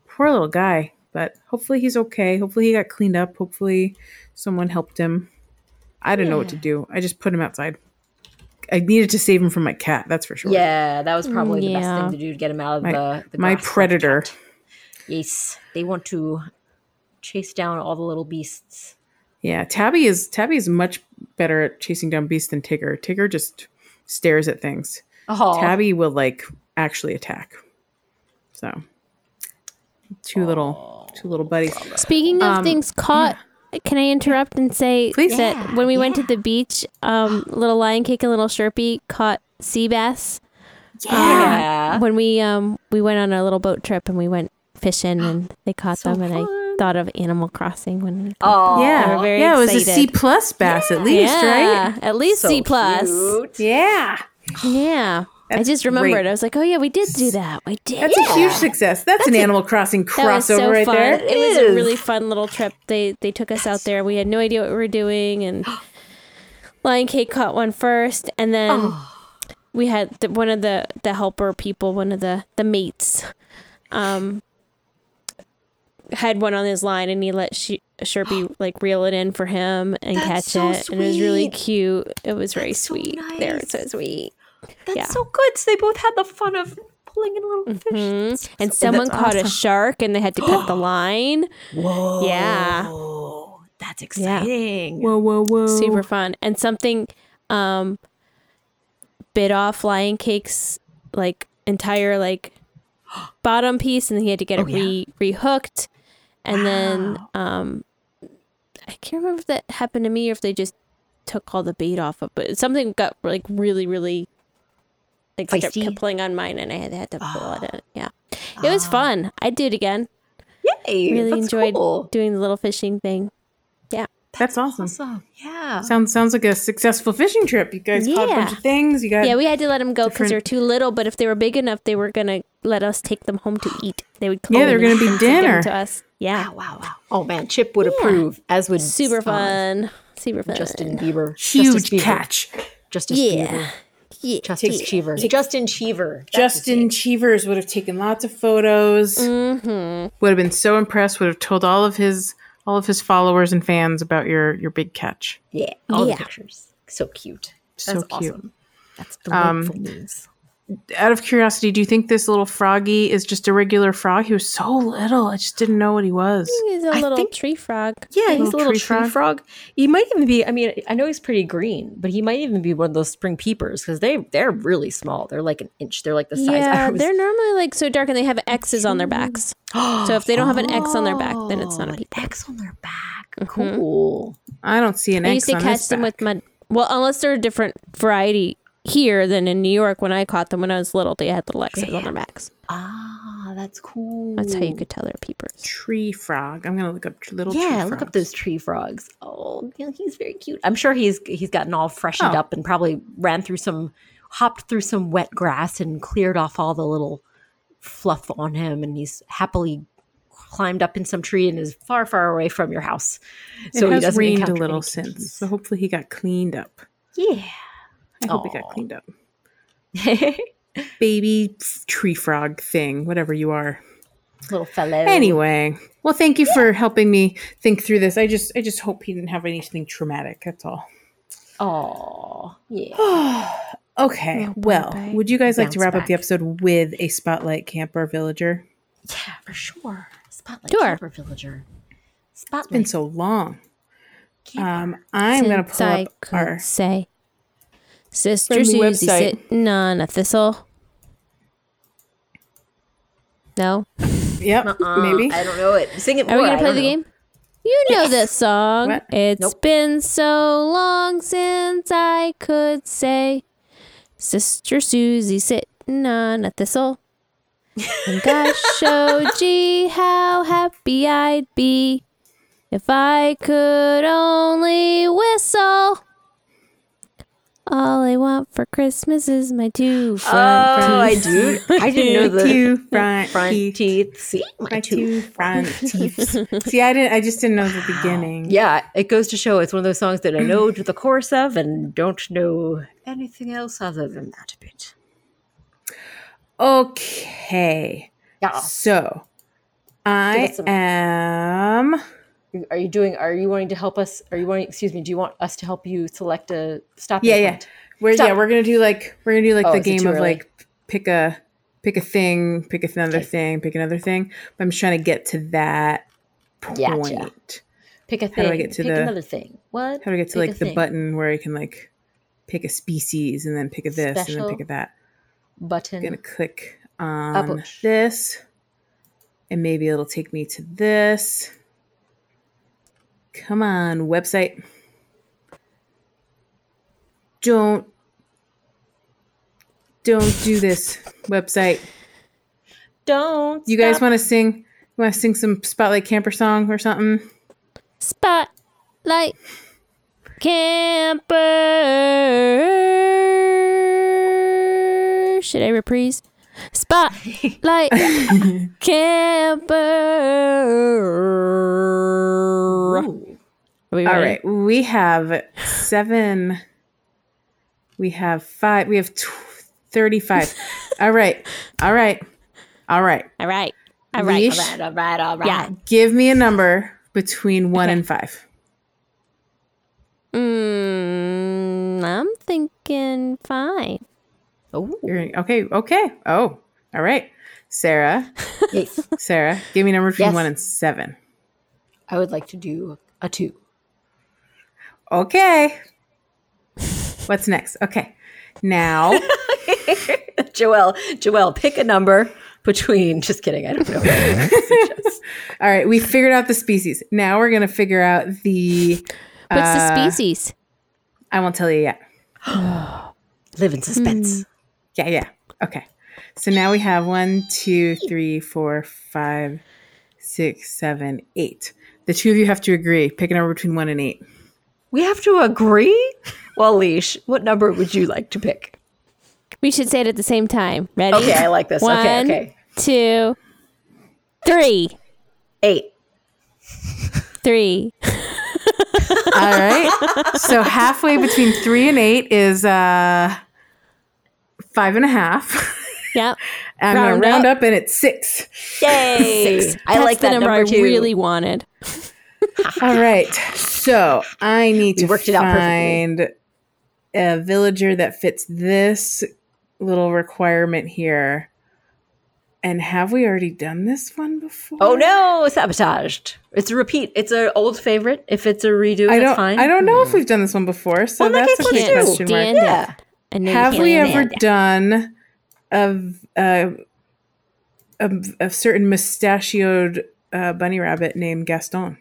S4: poor little guy. But hopefully he's okay. Hopefully he got cleaned up. Hopefully someone helped him. I didn't know what to do. I just put him outside. I needed to save him from my cat. That's for sure.
S2: Yeah, that was probably the best
S6: yeah.
S2: thing to do to get him out of
S4: My-
S2: the, the
S4: my
S2: grasp of
S4: predator.
S2: cat. Yes, they want to chase down all the little beasts.
S4: Yeah. Tabby is Tabby is much better at chasing down beasts than Tigger. Tigger just stares at things.
S2: Oh,
S4: Tabby will like actually attack. So two little two little buddies.
S6: Speaking of
S4: Um,
S6: things caught, can I interrupt and say
S4: Please.
S6: that
S1: Yeah,
S6: when we went to the beach, um, little lion cake and little Sherpy caught sea bass. Um,
S2: yeah.
S6: When we um we went on our little boat trip and we went fishing and they caught them and I thought of Animal Crossing when we
S2: Oh,
S4: yeah.
S6: were very
S4: yeah, it was a
S6: excited.
S4: C plus bass at least, right?
S6: Yeah, At least
S2: so
S6: C plus.
S2: cute.
S4: Yeah.
S6: Yeah. I
S4: That's
S6: just remembered.
S4: great.
S6: I was like, oh yeah, we did do that. We did.
S4: That's a huge success. That's, an Animal Crossing
S6: That
S4: crossover
S6: was so
S4: right
S6: fun.
S4: there.
S6: It, was a really fun little trip. They they took us out there. We had no idea what we were doing, and Lion Cake caught one first, and then
S1: Oh.
S6: we had the, one of the the helper people, one of the the mates, um, had one on his line, and he let she, Sherpy like reel it in for him and
S1: That's
S6: catch
S1: so
S6: it, and it was really
S1: sweet.
S6: cute. It was very
S1: That's so
S6: sweet. There, it's so
S1: nice.
S6: sweet.
S1: That's
S6: yeah.
S1: so good. So they both had the fun of pulling in a little fish.
S2: Mm-hmm.
S6: Mhm.
S1: That's
S6: And
S1: so-
S6: someone caught a shark, and they had to cut the line.
S1: Whoa.
S6: Yeah.
S1: That's
S6: Yeah.
S1: exciting.
S4: Whoa, whoa, whoa.
S6: super fun and something um bit off lion cakes like entire like bottom piece and then he had to
S1: Oh,
S6: get it re rehooked and then um i can't remember if that happened to me or if they just took all the bait off of but something got like really really like kept,
S2: Feisty?
S6: kept pulling on mine and i had, had to pull
S1: Ah.
S6: it out yeah it was fun i'd do it again
S1: Yay.
S6: really
S1: Ah. that's
S6: enjoyed
S1: cool.
S6: doing the little fishing thing
S4: That's awesome.
S1: Awesome. Yeah.
S4: Sounds sounds like a successful fishing trip. You guys caught a bunch
S6: Yeah.
S4: of things. You got
S6: Yeah, we had to let them go because
S4: different-
S6: they're too little. But if they were big enough, they were gonna let us take them home to eat. They would.
S4: Yeah, they're
S6: clone
S4: gonna be
S6: them to give them
S4: dinner.
S6: to us. Yeah,
S1: Wow, wow, wow.
S2: Oh man, Chip would approve, as would
S6: super
S2: uh,
S6: fun, super fun.
S2: Justin Bieber,
S4: huge
S2: Justin Bieber.
S4: catch.
S2: Justin
S6: yeah,
S2: Bieber,
S6: yeah.
S2: Justin Cheever, Justin Cheever.
S4: Justin Cheevers would have taken lots of photos.
S6: Mm-hmm.
S4: Would have been so impressed. Would have told all of his all of his followers and fans about your your big catch.
S2: Yeah, all
S6: Yeah.
S2: the pictures, so cute.
S4: So
S2: That's
S4: cute.
S2: awesome. That's
S4: Um,
S2: delightful news.
S4: out of curiosity, do you think this little froggy is just a regular frog? He was so little, I just didn't know what he was.
S6: He's a
S2: I
S6: little
S2: think-
S6: tree frog.
S2: Yeah, he's a
S4: Little
S2: little tree
S4: tree
S2: frog. He might even be. I mean, I know he's pretty green, but he might even be one of those spring peepers because they they're really small. They're like an inch. They're like the size.
S6: yeah,
S2: I was-
S6: they're normally like so dark, and they have X's on their backs. So if they don't have an X on their back, then it's not a
S1: Oh, an
S6: peeper.
S1: X on their back.
S6: Mhm.
S1: Cool.
S4: I don't see an
S6: I
S4: X
S6: used to
S4: on his
S6: catch them
S4: back.
S6: with mud. Well, unless they're a different variety here than in New York. When I caught them when I was little, they had little X's on their backs.
S1: Ah, that's cool.
S6: That's how you could tell they're peepers.
S4: tree frog. I'm gonna look up tr- little.
S1: yeah,
S4: tree
S1: look up
S4: frogs.
S1: those tree frogs. Oh, yeah, he's very cute. I'm sure he's he's gotten all freshened
S4: Oh.
S1: up and probably ran through some, hopped through some wet grass and cleared off all the little fluff on him, and he's happily climbed up in some tree and is far, far away from your house.
S4: It has
S1: doesn't
S4: rained a
S1: encounter
S4: little
S1: any
S4: since,
S1: monkeys.
S4: so hopefully he got cleaned up.
S1: Yeah.
S4: I hope he
S1: Aw.
S4: got cleaned up. Baby f- tree frog thing, whatever you are.
S1: little fellow.
S2: Oh.
S4: Anyway, well, thank you for helping me think through this. I just, I just hope he didn't have anything traumatic. That's all.
S1: Oh, yeah.
S4: okay.
S6: Oh,
S4: well,
S6: Barbie.
S4: would you guys like to
S1: Bounce
S4: wrap up the
S1: back.
S4: episode with a spotlight camper villager?
S1: Yeah, for sure. Spotlight
S6: Sure.
S1: camper villager. Spotlight
S4: It's been so long.
S1: camper.
S4: Um, I'm gonna pull
S6: I
S4: up
S6: could
S4: our
S6: say, Sister
S4: Friendly
S6: Susie
S4: website.
S6: sitting on a thistle. No,
S4: Yep, maybe.
S1: I don't know it. Sing it
S6: are
S1: more.
S6: we gonna
S1: I
S6: play
S1: don't
S6: the
S1: know.
S6: game? You know this song.
S4: What?
S6: It's been so long since I could say, Sister Susie sitting on a thistle. And gosh, oh gee, how happy I'd be if I could only whistle. All I want for Christmas is my two
S1: Oh,
S6: front
S1: I
S6: teeth.
S1: do. I didn't know the
S4: two front,
S1: front
S4: teeth.
S1: teeth. See my
S4: My
S1: two.
S4: two front teeth. See, I didn't. I just didn't know the beginning.
S1: Yeah, it goes to show it's one of those songs that I know to the chorus of and don't know anything else other than that bit.
S4: Okay.
S1: Yeah.
S4: So I
S2: us some-
S4: am.
S2: Are you doing? Are you wanting to help us? Are you wanting? Excuse me. Do you want us to help you select a stop?
S4: Yeah, yeah. We're
S2: Stop.
S4: yeah. We're gonna do like we're gonna do like
S2: Oh,
S4: the
S2: is it
S4: game
S2: too
S4: of
S2: early?
S4: like pick a pick a thing, pick another thing, pick another thing. But I'm just trying to get to that point.
S2: Gotcha. Pick a
S4: How
S2: thing.
S4: do I get to
S2: pick
S4: the-
S2: another thing. What?
S4: How to get to
S2: Pick a
S4: like the
S2: thing.
S4: button where I can like pick a species and then pick a this and then pick
S2: Special.
S4: a that.
S2: Button.
S4: gonna click on
S2: push.
S4: this and maybe it'll take me to this come on website don't don't do this website
S2: Don't.
S4: you guys want to sing you want to sing some spotlight camper song or something
S6: Spotlight Camper. Should I reprise? Spotlight Camper. Are we
S4: all
S6: ready?
S4: right we have seven we have five we have tw 35 all right all right all right
S6: All right. All right.
S4: Leash.
S1: All right, all right.
S6: Yeah.
S4: Give me a number between one and five.
S6: Mm, I'm thinking fine.
S1: Oh,
S4: You're okay. Okay. Oh, all right. Sarah,
S1: yes.
S4: Sarah, give me a number between
S1: Yes.
S4: one and seven.
S2: I would like to do a two.
S4: Okay. What's next? Okay. Now,
S1: Joelle, Joelle, pick a number between. Just kidding. I don't know.
S4: all right. We figured out the species. Now we're gonna figure out the.
S6: What's
S4: uh,
S6: the species?
S4: I won't tell you yet.
S1: Live in
S4: Hmm.
S1: suspense.
S4: Yeah. Yeah. Okay. So now we have one, two, three, four, five, six, seven, eight. The two of you have to agree. Pick a number between one and eight.
S1: We have to agree? Well, Leash, what number would you like to pick?
S6: We should say it at the same time. Ready?
S1: Okay, I like this. okay,
S6: One,
S1: okay.
S6: two, three.
S1: Eight.
S6: Three.
S4: All right. So halfway between three and eight is uh five and a half.
S6: Yep.
S4: I'm gonna
S6: Round
S4: round up. and it's six.
S1: Yay! I
S6: That's
S1: like
S6: the
S1: that number,
S6: number, I
S1: too.
S6: really wanted.
S4: All right. So I need
S1: We
S4: to
S1: worked it out perfectly.
S4: find a villager that fits this little requirement here. And have we already done this one before?
S1: Oh no, sabotaged. It's a repeat. It's an old favorite. If it's a redo,
S4: I
S1: that's
S4: don't.
S1: fine.
S4: I don't know if we've done this one before, so
S1: Well, in that
S4: that's a
S1: case,
S4: good
S1: let's
S6: Can't
S1: do.
S4: question mark.
S6: stand
S1: Yeah.
S6: it. And then you
S4: Have
S6: can't
S4: we
S6: stand
S4: ever
S6: it.
S4: done of uh, a, a certain mustachioed uh, bunny rabbit named Gaston?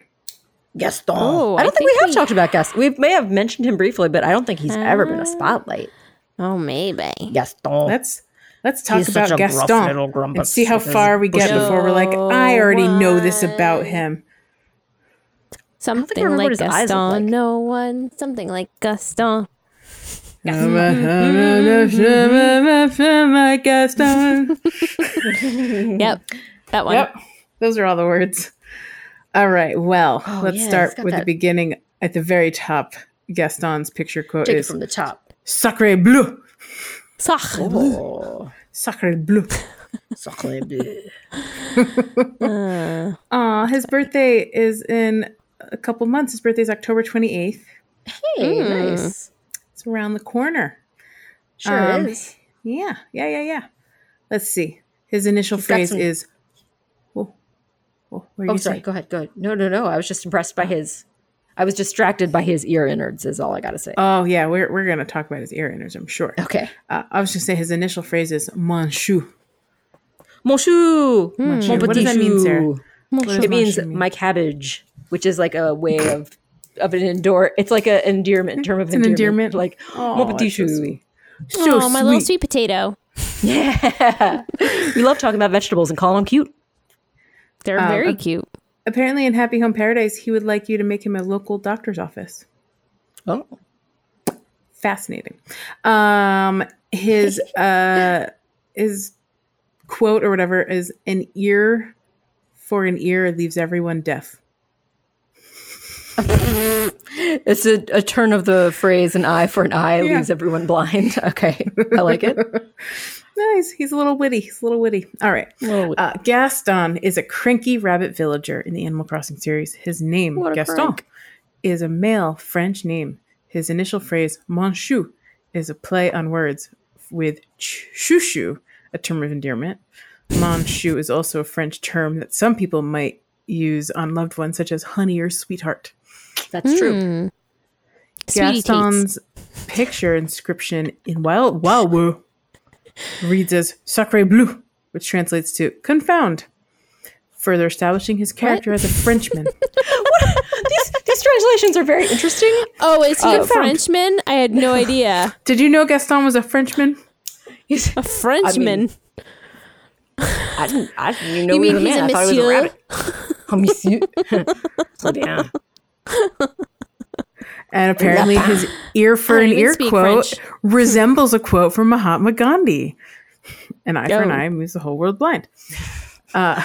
S1: Gaston.
S6: Oh,
S1: I don't
S6: I
S1: think,
S6: think
S1: we have
S6: we-
S1: talked about Gaston. We may have mentioned him briefly, but I don't think he's ever
S4: Uh,
S1: been a spotlight.
S6: Oh, maybe.
S1: Gaston.
S4: Let's let's talk
S1: He's such
S4: about
S1: a gruff little
S4: Gaston
S1: grumpus
S4: and see how
S1: with his
S4: far we get
S1: bushy-
S4: before we're like, I already know this about him.
S6: Something
S1: remember what
S6: like
S1: his eyes look
S6: Gaston.
S1: like.
S6: No one. Something like Gaston.
S1: Mm-hmm.
S4: uh, Gaston.
S6: Yep. That one.
S4: Yep, those are all the words. All right, well,
S1: Oh,
S4: let's
S1: yeah, it's
S4: start
S1: got
S4: with the
S1: that-
S4: beginning at the very top. Gaston's picture quote
S1: Take it
S4: is
S1: from the top.
S4: "Sacre bleu,
S6: Sach.
S1: Oh,
S4: sacre bleu."
S1: sacre bleu.
S6: Uh,
S4: Aw, his birthday is in a couple months. His birthday is October 28th.
S1: Hey,
S4: Hmm.
S6: Mm.
S1: nice.
S4: It's around the corner.
S1: Sure
S4: Um,
S1: is.
S4: Yeah, yeah, yeah, yeah. Let's see. His initial
S1: He's got
S4: phrase
S1: some-
S4: is, oh, oh, what are
S1: Oh,
S4: you
S1: sorry.
S4: saying?
S1: Go ahead. Go ahead. No, no, no. I was just impressed by his. I was distracted by his ear innards. Is all I got to say.
S4: Oh, yeah, we're, we're going to talk about his ear inners, I'm sure.
S1: okay.
S4: Uh, I was going to say his initial phrase is, mon chou.
S1: Mon chou.
S4: Mon chou.
S1: Mon
S4: Hmm. What
S1: petit
S4: does that mean, Sarah?
S1: chou. It means my cabbage, which is like a way of of an endure. It's like an endearment term of
S4: an
S1: endearment.
S4: endearment.
S1: Like
S4: Oh,
S1: mon petit
S4: that's so
S1: chou.
S4: sweet. So
S6: oh, my little sweet potato.
S1: Yeah, we love talking about vegetables and calling them cute.
S6: They're
S4: Um,
S6: very
S4: a-
S6: cute.
S4: Apparently, in Happy Home Paradise, he would like you to make him a local doctor's office.
S1: Oh,
S4: fascinating. Um, his uh, his quote or whatever is an ear for an ear leaves everyone deaf.
S1: it's a, a turn of the phrase "an eye for an eye
S4: Yeah.
S1: leaves everyone blind." Okay, I like it.
S4: Nice. He's a little witty. He's a little witty. All right. Uh, Gaston is a cranky rabbit villager in the Animal Crossing series. His name,
S1: What a
S4: Gaston,
S1: crank.
S4: is a male French name. His initial phrase, mon chou, is a play on words with ch- chouchou, a term of endearment. Mon chou is also a French term that some people might use on loved ones, such as honey or sweetheart.
S1: That's true.
S4: Hmm.
S6: Mm. Sweetie Tates.
S4: Gaston's picture inscription in Wild Wawu reads as Sacre Bleu, which translates to confound, further establishing his character as a Frenchman.
S1: these these translations are very interesting.
S6: Oh, is he a
S4: Confound.
S6: Frenchman? I had no idea.
S4: Did you know Gaston was a Frenchman?
S6: A Frenchman.
S1: I didn't. I didn't even know
S6: You
S1: he was
S6: mean
S1: a
S6: he's
S1: man.
S6: a
S1: I thought he was a
S6: monsieur?
S1: rabbit. Oh, monsieur. Très bien.
S4: And apparently his ear for
S6: I don't
S4: an
S6: even
S4: ear
S6: speak
S4: quote
S6: French.
S4: resembles a quote from Mahatma Gandhi. An eye for an
S1: Oh.
S4: eye moves the whole world blind.
S1: A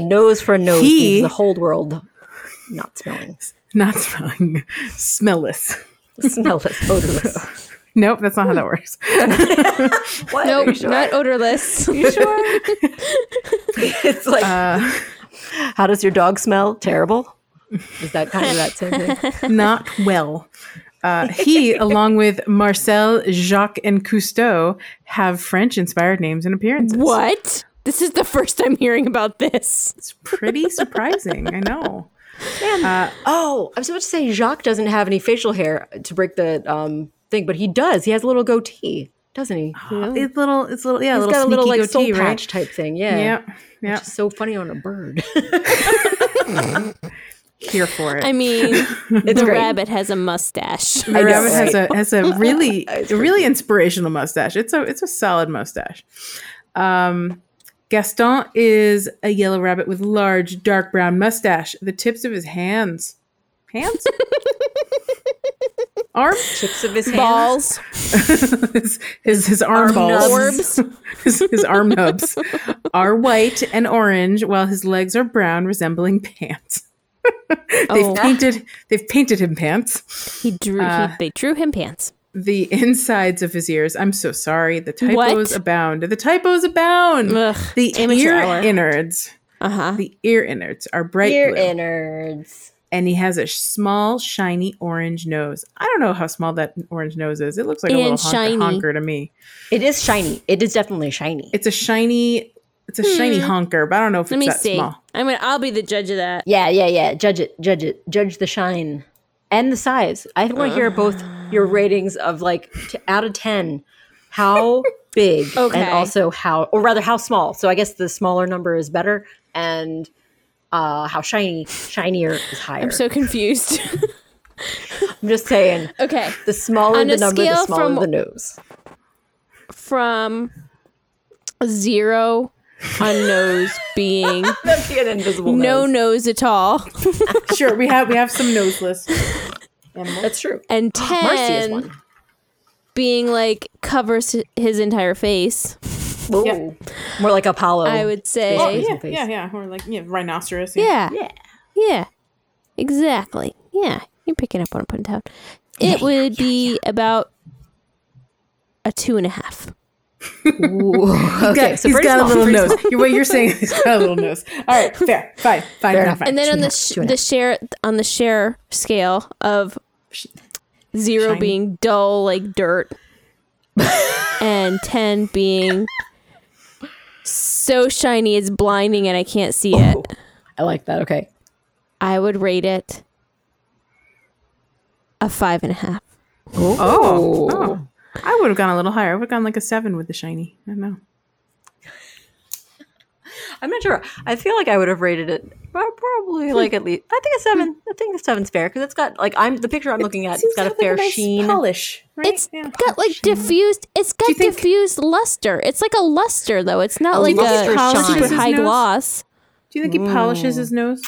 S1: nose for a nose
S4: He-
S1: means the whole world not smelling,
S4: Not smelling, smellless.
S1: smellless, odorless.
S4: Nope, that's not
S6: Hmm.
S4: how that works.
S1: What?
S6: Nope, not odorless.
S1: It's like, how does your dog smell? Terrible. Is that kind of that same thing?
S4: not well. Uh, he, along with Marcel, Jacques, and Cousteau, have French inspired names and appearances.
S6: what? This is the first I'm hearing about this.
S4: It's pretty surprising. I know.
S1: Oh, I was about to say Jacques doesn't have any facial hair to break the um, thing, but he does. He has a little goatee, doesn't he?
S4: It's little, it's little, yeah,
S1: He's
S4: little
S1: got a little
S4: sneaky
S1: like soul
S4: goatee, right?
S1: patch type thing. Yeah.
S4: Yeah, yeah.
S1: Which is so funny on a bird.
S4: Here for it.
S6: I mean,
S1: it's
S6: the
S1: great.
S6: rabbit has a mustache.
S4: The
S1: I know,
S4: rabbit has
S1: right?
S4: a has a really a really inspirational mustache. It's a it's a solid mustache. Um, Gaston is a yellow rabbit with large dark brown mustache. The tips of his hands, hands, arm,
S1: Tips of his hand.
S6: Balls,
S4: his, his his arm,
S1: Arm
S4: balls,
S6: orbs.
S4: his, his arm nubs are white and orange, while his legs are brown, resembling pants. they've
S6: Oh.
S4: painted they've painted him pants.
S6: He drew.
S4: Uh,
S6: he, they drew him pants.
S4: The insides of his ears. I'm so sorry. The typos
S6: What?
S4: abound. The typos abound.
S6: Ugh,
S4: the
S6: amateur
S4: ear
S6: hour.
S4: innards.
S6: Uh huh.
S4: The ear innards are bright
S1: Ear
S4: blue.
S1: innards.
S4: and he has a sh- small, shiny orange nose. I don't know how small that orange nose is. It looks like a little
S6: And shiny.
S4: honker, honker to me.
S2: It is shiny. It is definitely shiny.
S4: It's a shiny, it's a shiny honker, but I don't know if
S6: Hmm. Let
S4: it's
S6: me
S4: that
S6: see.
S4: small.
S6: I'm gonna. I'll be the judge of that.
S2: yeah, yeah, yeah. Judge it, judge it, judge the shine and the size. I want to hear both your
S6: Ah.
S2: ratings of like t- out of ten, how big
S6: Okay.
S2: and also how, or rather how small. So I guess the smaller number is better, and uh, how shiny, shinier is higher.
S6: I'm so confused.
S2: I'm just saying,
S6: okay,
S2: the smaller
S6: On
S2: the
S6: a
S2: number, the
S6: scale
S2: smaller
S6: from-
S2: the nose.
S6: from zero on nose being
S2: That'd be an invisible
S6: no
S2: nose.
S6: nose at all,
S4: Sure, we have we have some noseless animals.
S2: That's true.
S6: and
S2: Marcy is
S6: ten
S2: one.
S6: being like covers his entire face.
S2: Ooh.
S4: Yeah.
S2: More like Apollo.
S6: I would say.
S2: Oh,
S4: Yeah,
S2: Face.
S4: yeah, yeah. Or like yeah, rhinoceros.
S6: Yeah.
S2: Yeah.
S6: Yeah. Exactly. Yeah. You're picking up what I'm putting down. It would be about a two and a half.
S2: Ooh. Okay, so
S4: he's
S2: pretty
S4: got a
S2: small,
S4: little
S2: pretty
S4: nose. You're, what you're saying is he's got a little nose. All right, fair, fine, fine, fine,
S2: enough.
S4: fine.
S6: And then on the sh-
S2: two and a
S6: the share on the share scale of zero being dull like dirt, and ten being so shiny it's blinding and I can't see it.
S2: Oh, I like that. Okay.
S6: I would rate it a five and a half.
S4: oh, oh, I would have gone a little higher. I would have gone like a seven with the shiny. I don't know.
S2: I'm not sure. I feel like I would have rated it prob-
S4: Hmm.
S2: probably like at least. I think a seven. I think a seven's fair because it's got like I'm the picture I'm looking at. It's got a fair sheen.
S4: polish. Right?
S6: It's got like diffused. It's got
S4: think-
S6: diffused luster. It's like a luster though. It's not
S2: A
S6: like
S2: luster
S6: a
S2: shine.
S6: super high
S4: His nose?
S6: gloss.
S4: Do you think he polishes
S2: Mm.
S4: his nose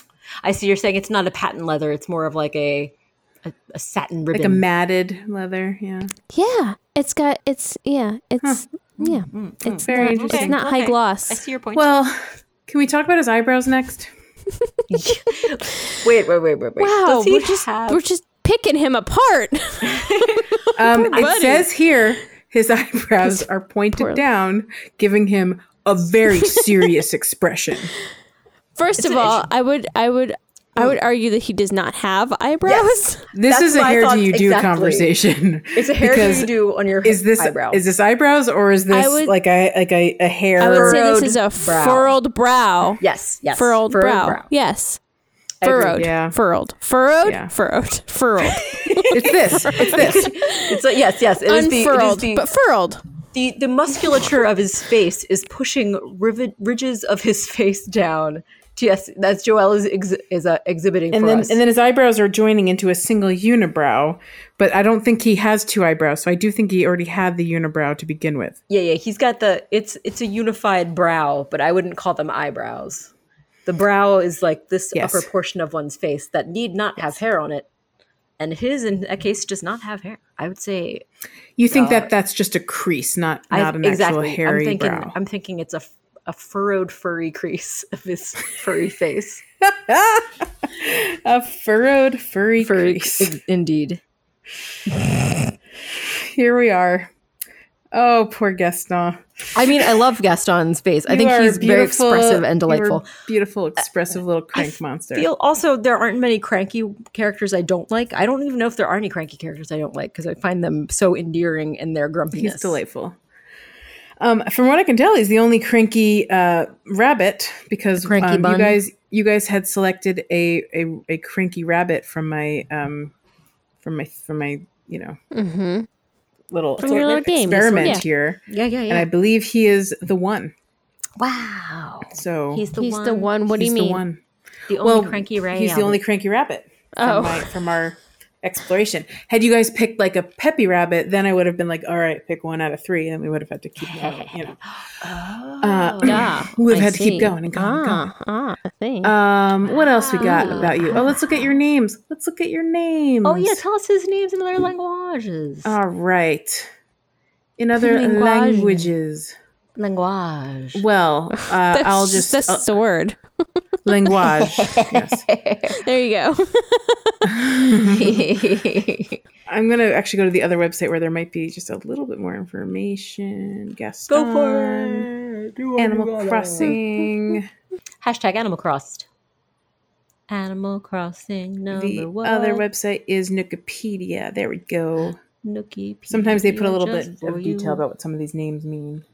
S2: I see you're saying it's not a patent leather. It's more of like a a, a satin ribbon.
S4: like a matted leather? Yeah,
S6: Yeah, it's got. It's yeah. It's yeah. It's
S4: very
S6: not,
S4: interesting.
S6: It's not high
S2: Okay. I
S6: gloss.
S2: see your point.
S4: Well, can we talk about his eyebrows next?
S2: wait, wait, wait, wait, wait.
S6: Wow,
S2: Does he
S6: we're just
S2: have-
S6: we're just picking him apart.
S4: Um, it
S6: buddy.
S4: says here his eyebrows are pointed
S6: Poor-
S4: down, giving him a very serious expression.
S6: First of all, I would I would I would argue that he does not have eyebrows.
S4: This
S2: That's
S4: is a
S2: what I
S4: hair
S2: thought,
S4: do you do
S2: exactly.
S4: conversation.
S2: it's a hair
S4: because
S2: you do on your
S4: Is this
S2: eyebrow.
S4: is this eyebrows or is this
S6: would-
S4: like a like a, a hair?
S6: I would say this
S2: Furrowed
S6: is a
S2: brow.
S6: furrowed brow.
S2: yes, yes,
S6: Furrowed, brow. Yes.
S2: agree,
S6: Furrowed.
S4: yeah.
S6: Furrowed. Furrowed.
S4: Yeah.
S6: Furrowed. Furrowed.
S4: it's this. It's this.
S2: It's a, yes, yes. It is the, it is
S6: Unfurled.
S2: the,
S6: But furrowed.
S2: the the musculature of his face is pushing rivet, ridges of his face down. Yes, that's Joel is ex, is uh, exhibiting
S4: and
S2: for
S4: then
S2: us.
S4: and then his eyebrows are joining into a single unibrow, but I don't think he has two eyebrows, so I do think he already had the unibrow to begin with.
S2: Yeah, yeah, he's got the it's it's a unified brow, but I wouldn't call them eyebrows. The brow is like this
S4: Yes.
S2: upper portion of one's face that need not have hair on it, and his in that case does not have hair. I would say
S4: You think that that's just a crease, not not
S2: Uh, I,
S4: an
S2: exactly.
S4: actual hairy
S2: I'm thinking
S4: brow.
S2: I'm thinking it's a f- a furrowed furry crease of his furry face.
S4: a furrowed furry, crease.
S2: indeed.
S4: Here we are. Oh, poor Gaston.
S2: I mean, I love Gaston's face. I
S4: You
S2: think
S4: are
S2: he's very
S4: beautiful-
S2: expressive and
S4: you are
S2: delightful. Uh,
S4: Beautiful, expressive little crank monster.
S2: feel also there aren't many cranky characters I don't like. I don't even know if there are any cranky characters I don't like because I find them so endearing in their grumpiness.
S4: He's delightful. Um, from what I can tell, he's the only cranky uh, rabbit because
S2: cranky
S4: um, you
S2: bun.
S4: guys you guys had selected a a, a cranky rabbit from my um, from my from my you know
S6: Mm-hmm.
S4: little,
S6: From your little game, this one.
S4: experiment
S6: Yeah.
S4: here,
S2: Yeah, yeah,
S4: and I
S2: yeah.
S4: believe he is the one.
S2: wow,
S4: So
S2: he's the
S6: He's
S2: one.
S6: the one. What do you
S4: he's
S6: mean?
S4: The one.
S2: The only
S4: Well,
S2: cranky ray.
S4: He's the
S2: out
S4: only cranky rabbit. From
S6: Oh.
S4: my, from our exploration. Had you guys picked like a peppy rabbit, then I would have been like, all right, pick one out of three, and we would have had to keep going. You know.
S2: Oh.
S4: Uh,
S6: Yeah,
S4: we would have
S6: I
S4: had to
S6: see.
S4: keep going and going. and going.
S6: Ah, ah, I think.
S4: Um, what else we got about you? Oh, let's look at your names. Let's look at your names.
S2: Ah. Oh yeah, tell us his names in other languages.
S4: All right. In other
S2: Language.
S4: languages.
S2: Language.
S4: Well, uh,
S6: that's
S4: I'll just
S6: that's
S4: uh,
S6: the word.
S4: language. yes.
S6: There you go.
S4: I'm gonna actually go to the other website where there might be just a little bit more information. Gaston.
S2: Go for it. Do what you
S4: Animal
S2: gotta.
S4: Crossing.
S2: Hashtag Animal Crossed. Animal Crossing number
S4: the
S2: one.
S4: other website is Nukipedia. There we go.
S2: Nookie
S4: Sometimes they put a little
S2: just
S4: bit
S2: for
S4: of
S2: you.
S4: detail about what some of these names mean.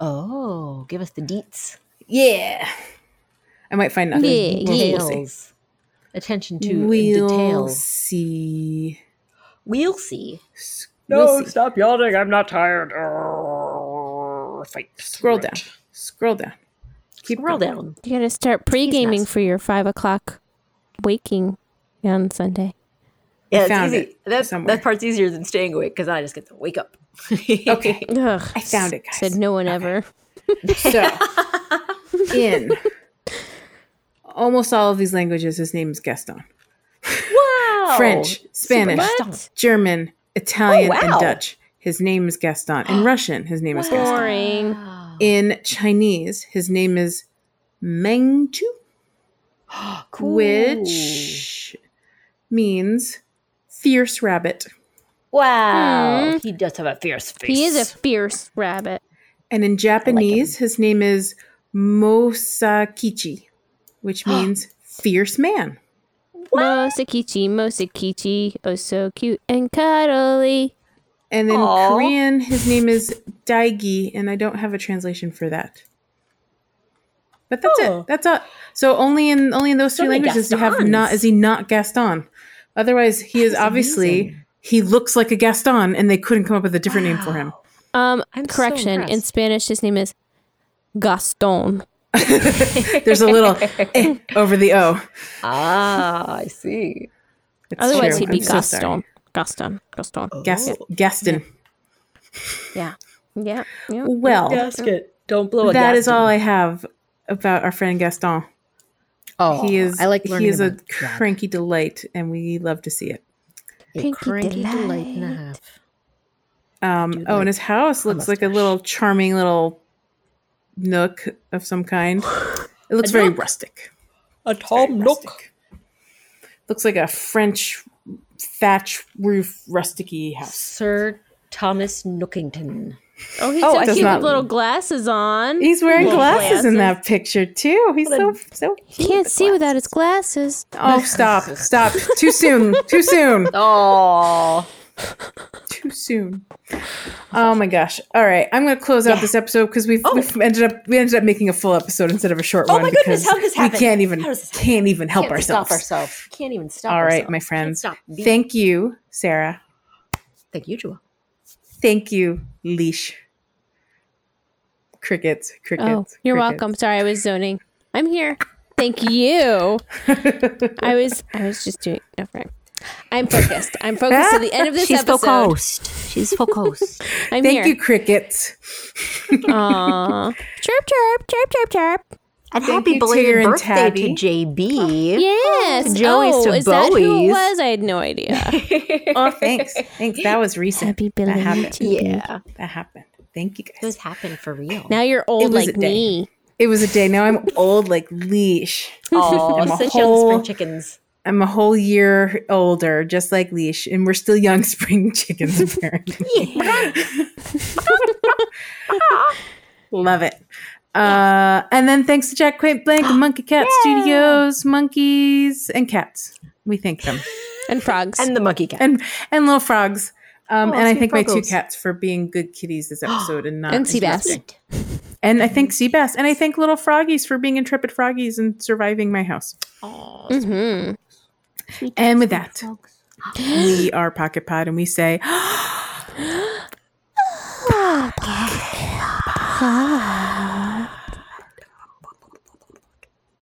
S2: Oh, give us the deets.
S4: Yeah. I might find nothing.
S6: Yeah,
S4: We'll-
S6: yeah.
S4: we'll see.
S2: Details. Attention to
S4: we'll
S2: details.
S4: see.
S2: We'll see.
S4: We'll see.
S5: stop yawning. I'm not tired. Arrgh, fight.
S4: Scroll down. Scroll down. Keep
S2: Scroll
S4: going.
S2: down.
S6: You gotta start pre gaming
S2: nice.
S6: for your five o'clock waking on Sunday.
S2: Yeah,
S4: found
S2: it's easy.
S4: it
S2: That,
S4: somewhere.
S2: that part's easier than staying awake because I just get to wake up. Hmm.
S4: Okay.
S6: Ugh,
S4: I found it, guys.
S6: Said no one ever.
S4: So, in almost all of these languages, his name is Gaston.
S2: Wow.
S4: French, Spanish,
S2: What?
S4: German, Italian,
S2: Oh, wow.
S4: and Dutch. His name is Gaston. In Russian, his name is Gaston.
S6: Boring.
S2: Wow.
S4: In Chinese, his name is Mengchu,
S2: Cool.
S4: which means fierce rabbit.
S2: Wow. He does have a fierce face.
S6: He is a fierce rabbit.
S4: And in Japanese, his name is Mosakichi, which means fierce man.
S6: Mosakichi, Mosakichi, oh so cute and cuddly.
S4: And then
S2: Aw.
S4: Korean, his name is Daigi, and I don't have a translation for that. But that's
S2: Oh.
S4: it. That's all. So only in only in those two
S2: So many
S4: languages do you have
S2: Gastons.
S4: not is he not Gaston. Otherwise, he is
S2: That's
S4: obviously
S2: amazing.
S4: he looks like a Gaston, and they couldn't come up with a different name for him.
S6: Um,
S2: I'm so
S6: correction. in
S2: impressed.
S6: Spanish, his name is Gaston.
S4: There's a little eh over the O.
S2: Ah, I see.
S4: It's
S6: Otherwise,
S4: true.
S6: he'd be
S4: I'm so sorry.
S6: Gaston. Gaston. Gaston.
S2: Oh.
S4: Gas- Gaston.
S6: Yeah. Yeah. yeah.
S4: Well,
S2: Gasket. Don't blow a
S4: that is
S2: gasket.
S4: all I have about our friend Gaston.
S2: Oh,
S4: he is
S2: I like learning
S4: he is a
S2: about that.
S4: cranky delight, and we love to see it.
S2: A
S6: Pinky
S2: cranky delight and a
S6: delight.
S2: half.
S4: Um,
S2: do
S4: oh,
S2: like
S4: and his house looks like a
S2: mustache.
S4: little charming little nook of some kind. It looks very
S2: nook?
S4: rustic.
S2: A
S4: Very
S2: tom nook.
S4: rustic. Looks like a French thatch roof rusticy house.
S2: Sir Thomas Nookington.
S6: Oh, he's
S2: Oh, I
S6: so
S4: see.
S6: cute with little glasses on.
S4: He's wearing
S6: Little
S4: glasses, in
S6: glasses.
S4: that picture too. He's so so.
S6: He can't see without his glasses.
S4: Oh, stop! Stop! Too soon! Too soon!
S2: Oh.
S4: Too soon! Oh my gosh! All right, I'm going to close out this episode because we've, we've ended up we ended up making a full episode instead of a short
S2: Oh
S4: one.
S2: my goodness,
S4: because
S2: how did this happen?
S4: We can't even
S2: How does this happen?
S4: can't even help ourselves.
S2: Stop ourselves. Can't even stop
S4: All right,
S2: ourselves.
S4: my friends.
S2: Can't stop.
S4: Thank you, Sarah.
S2: Thank you, Joel.
S4: Thank you, Leash. Crickets, crickets.
S6: Oh, you're
S4: crickets.
S6: welcome. Sorry, I was zoning. I'm here. Thank you. I was I was just doing okay. I'm focused. I'm focused to the end of this
S2: She's
S6: episode.
S2: focused. She's focused.
S6: I'm
S4: Thank
S6: here.
S4: you, crickets.
S6: Aw. chirp chirp chirp chirp chirp.
S2: And
S4: Thank
S2: happy
S4: you, Tigger
S2: belated
S4: and
S2: birthday
S4: Tabby.
S2: to JB.
S6: Yes.
S2: Joey
S6: oh, is that who it
S2: Sabois.
S6: was? I had no idea.
S4: Oh, thanks. Thanks. That was recent.
S6: Happy
S4: that
S6: belated
S4: happened.
S6: to you.
S2: Yeah.
S4: That happened. Thank you guys.
S2: This happened for real.
S6: Now you're old
S4: was a
S6: like
S4: day.
S6: me.
S4: It was a day. Now I'm old like Leash.
S2: Oh,
S4: I'm a
S2: such young
S4: whole-
S2: spring chickens.
S4: I'm a whole year older, just like Leash, and we're still young spring chickens, apparently. Love it. Uh, and then thanks to Jack Quaint Blank and Monkey Cat Studios, monkeys and cats. We thank them
S6: And frogs.
S2: And the monkey cat.
S4: and and little frogs. Um,
S2: Oh,
S4: and I
S2: sweet
S4: thank my two
S2: froggles.
S4: cats for being good kitties this episode and not
S6: And sea bass.
S4: interrupting. And I thank Seabass. And I thank little froggies for being intrepid froggies and surviving my house.
S6: mm-hmm.
S4: And with that, we are Pocket Pod and we say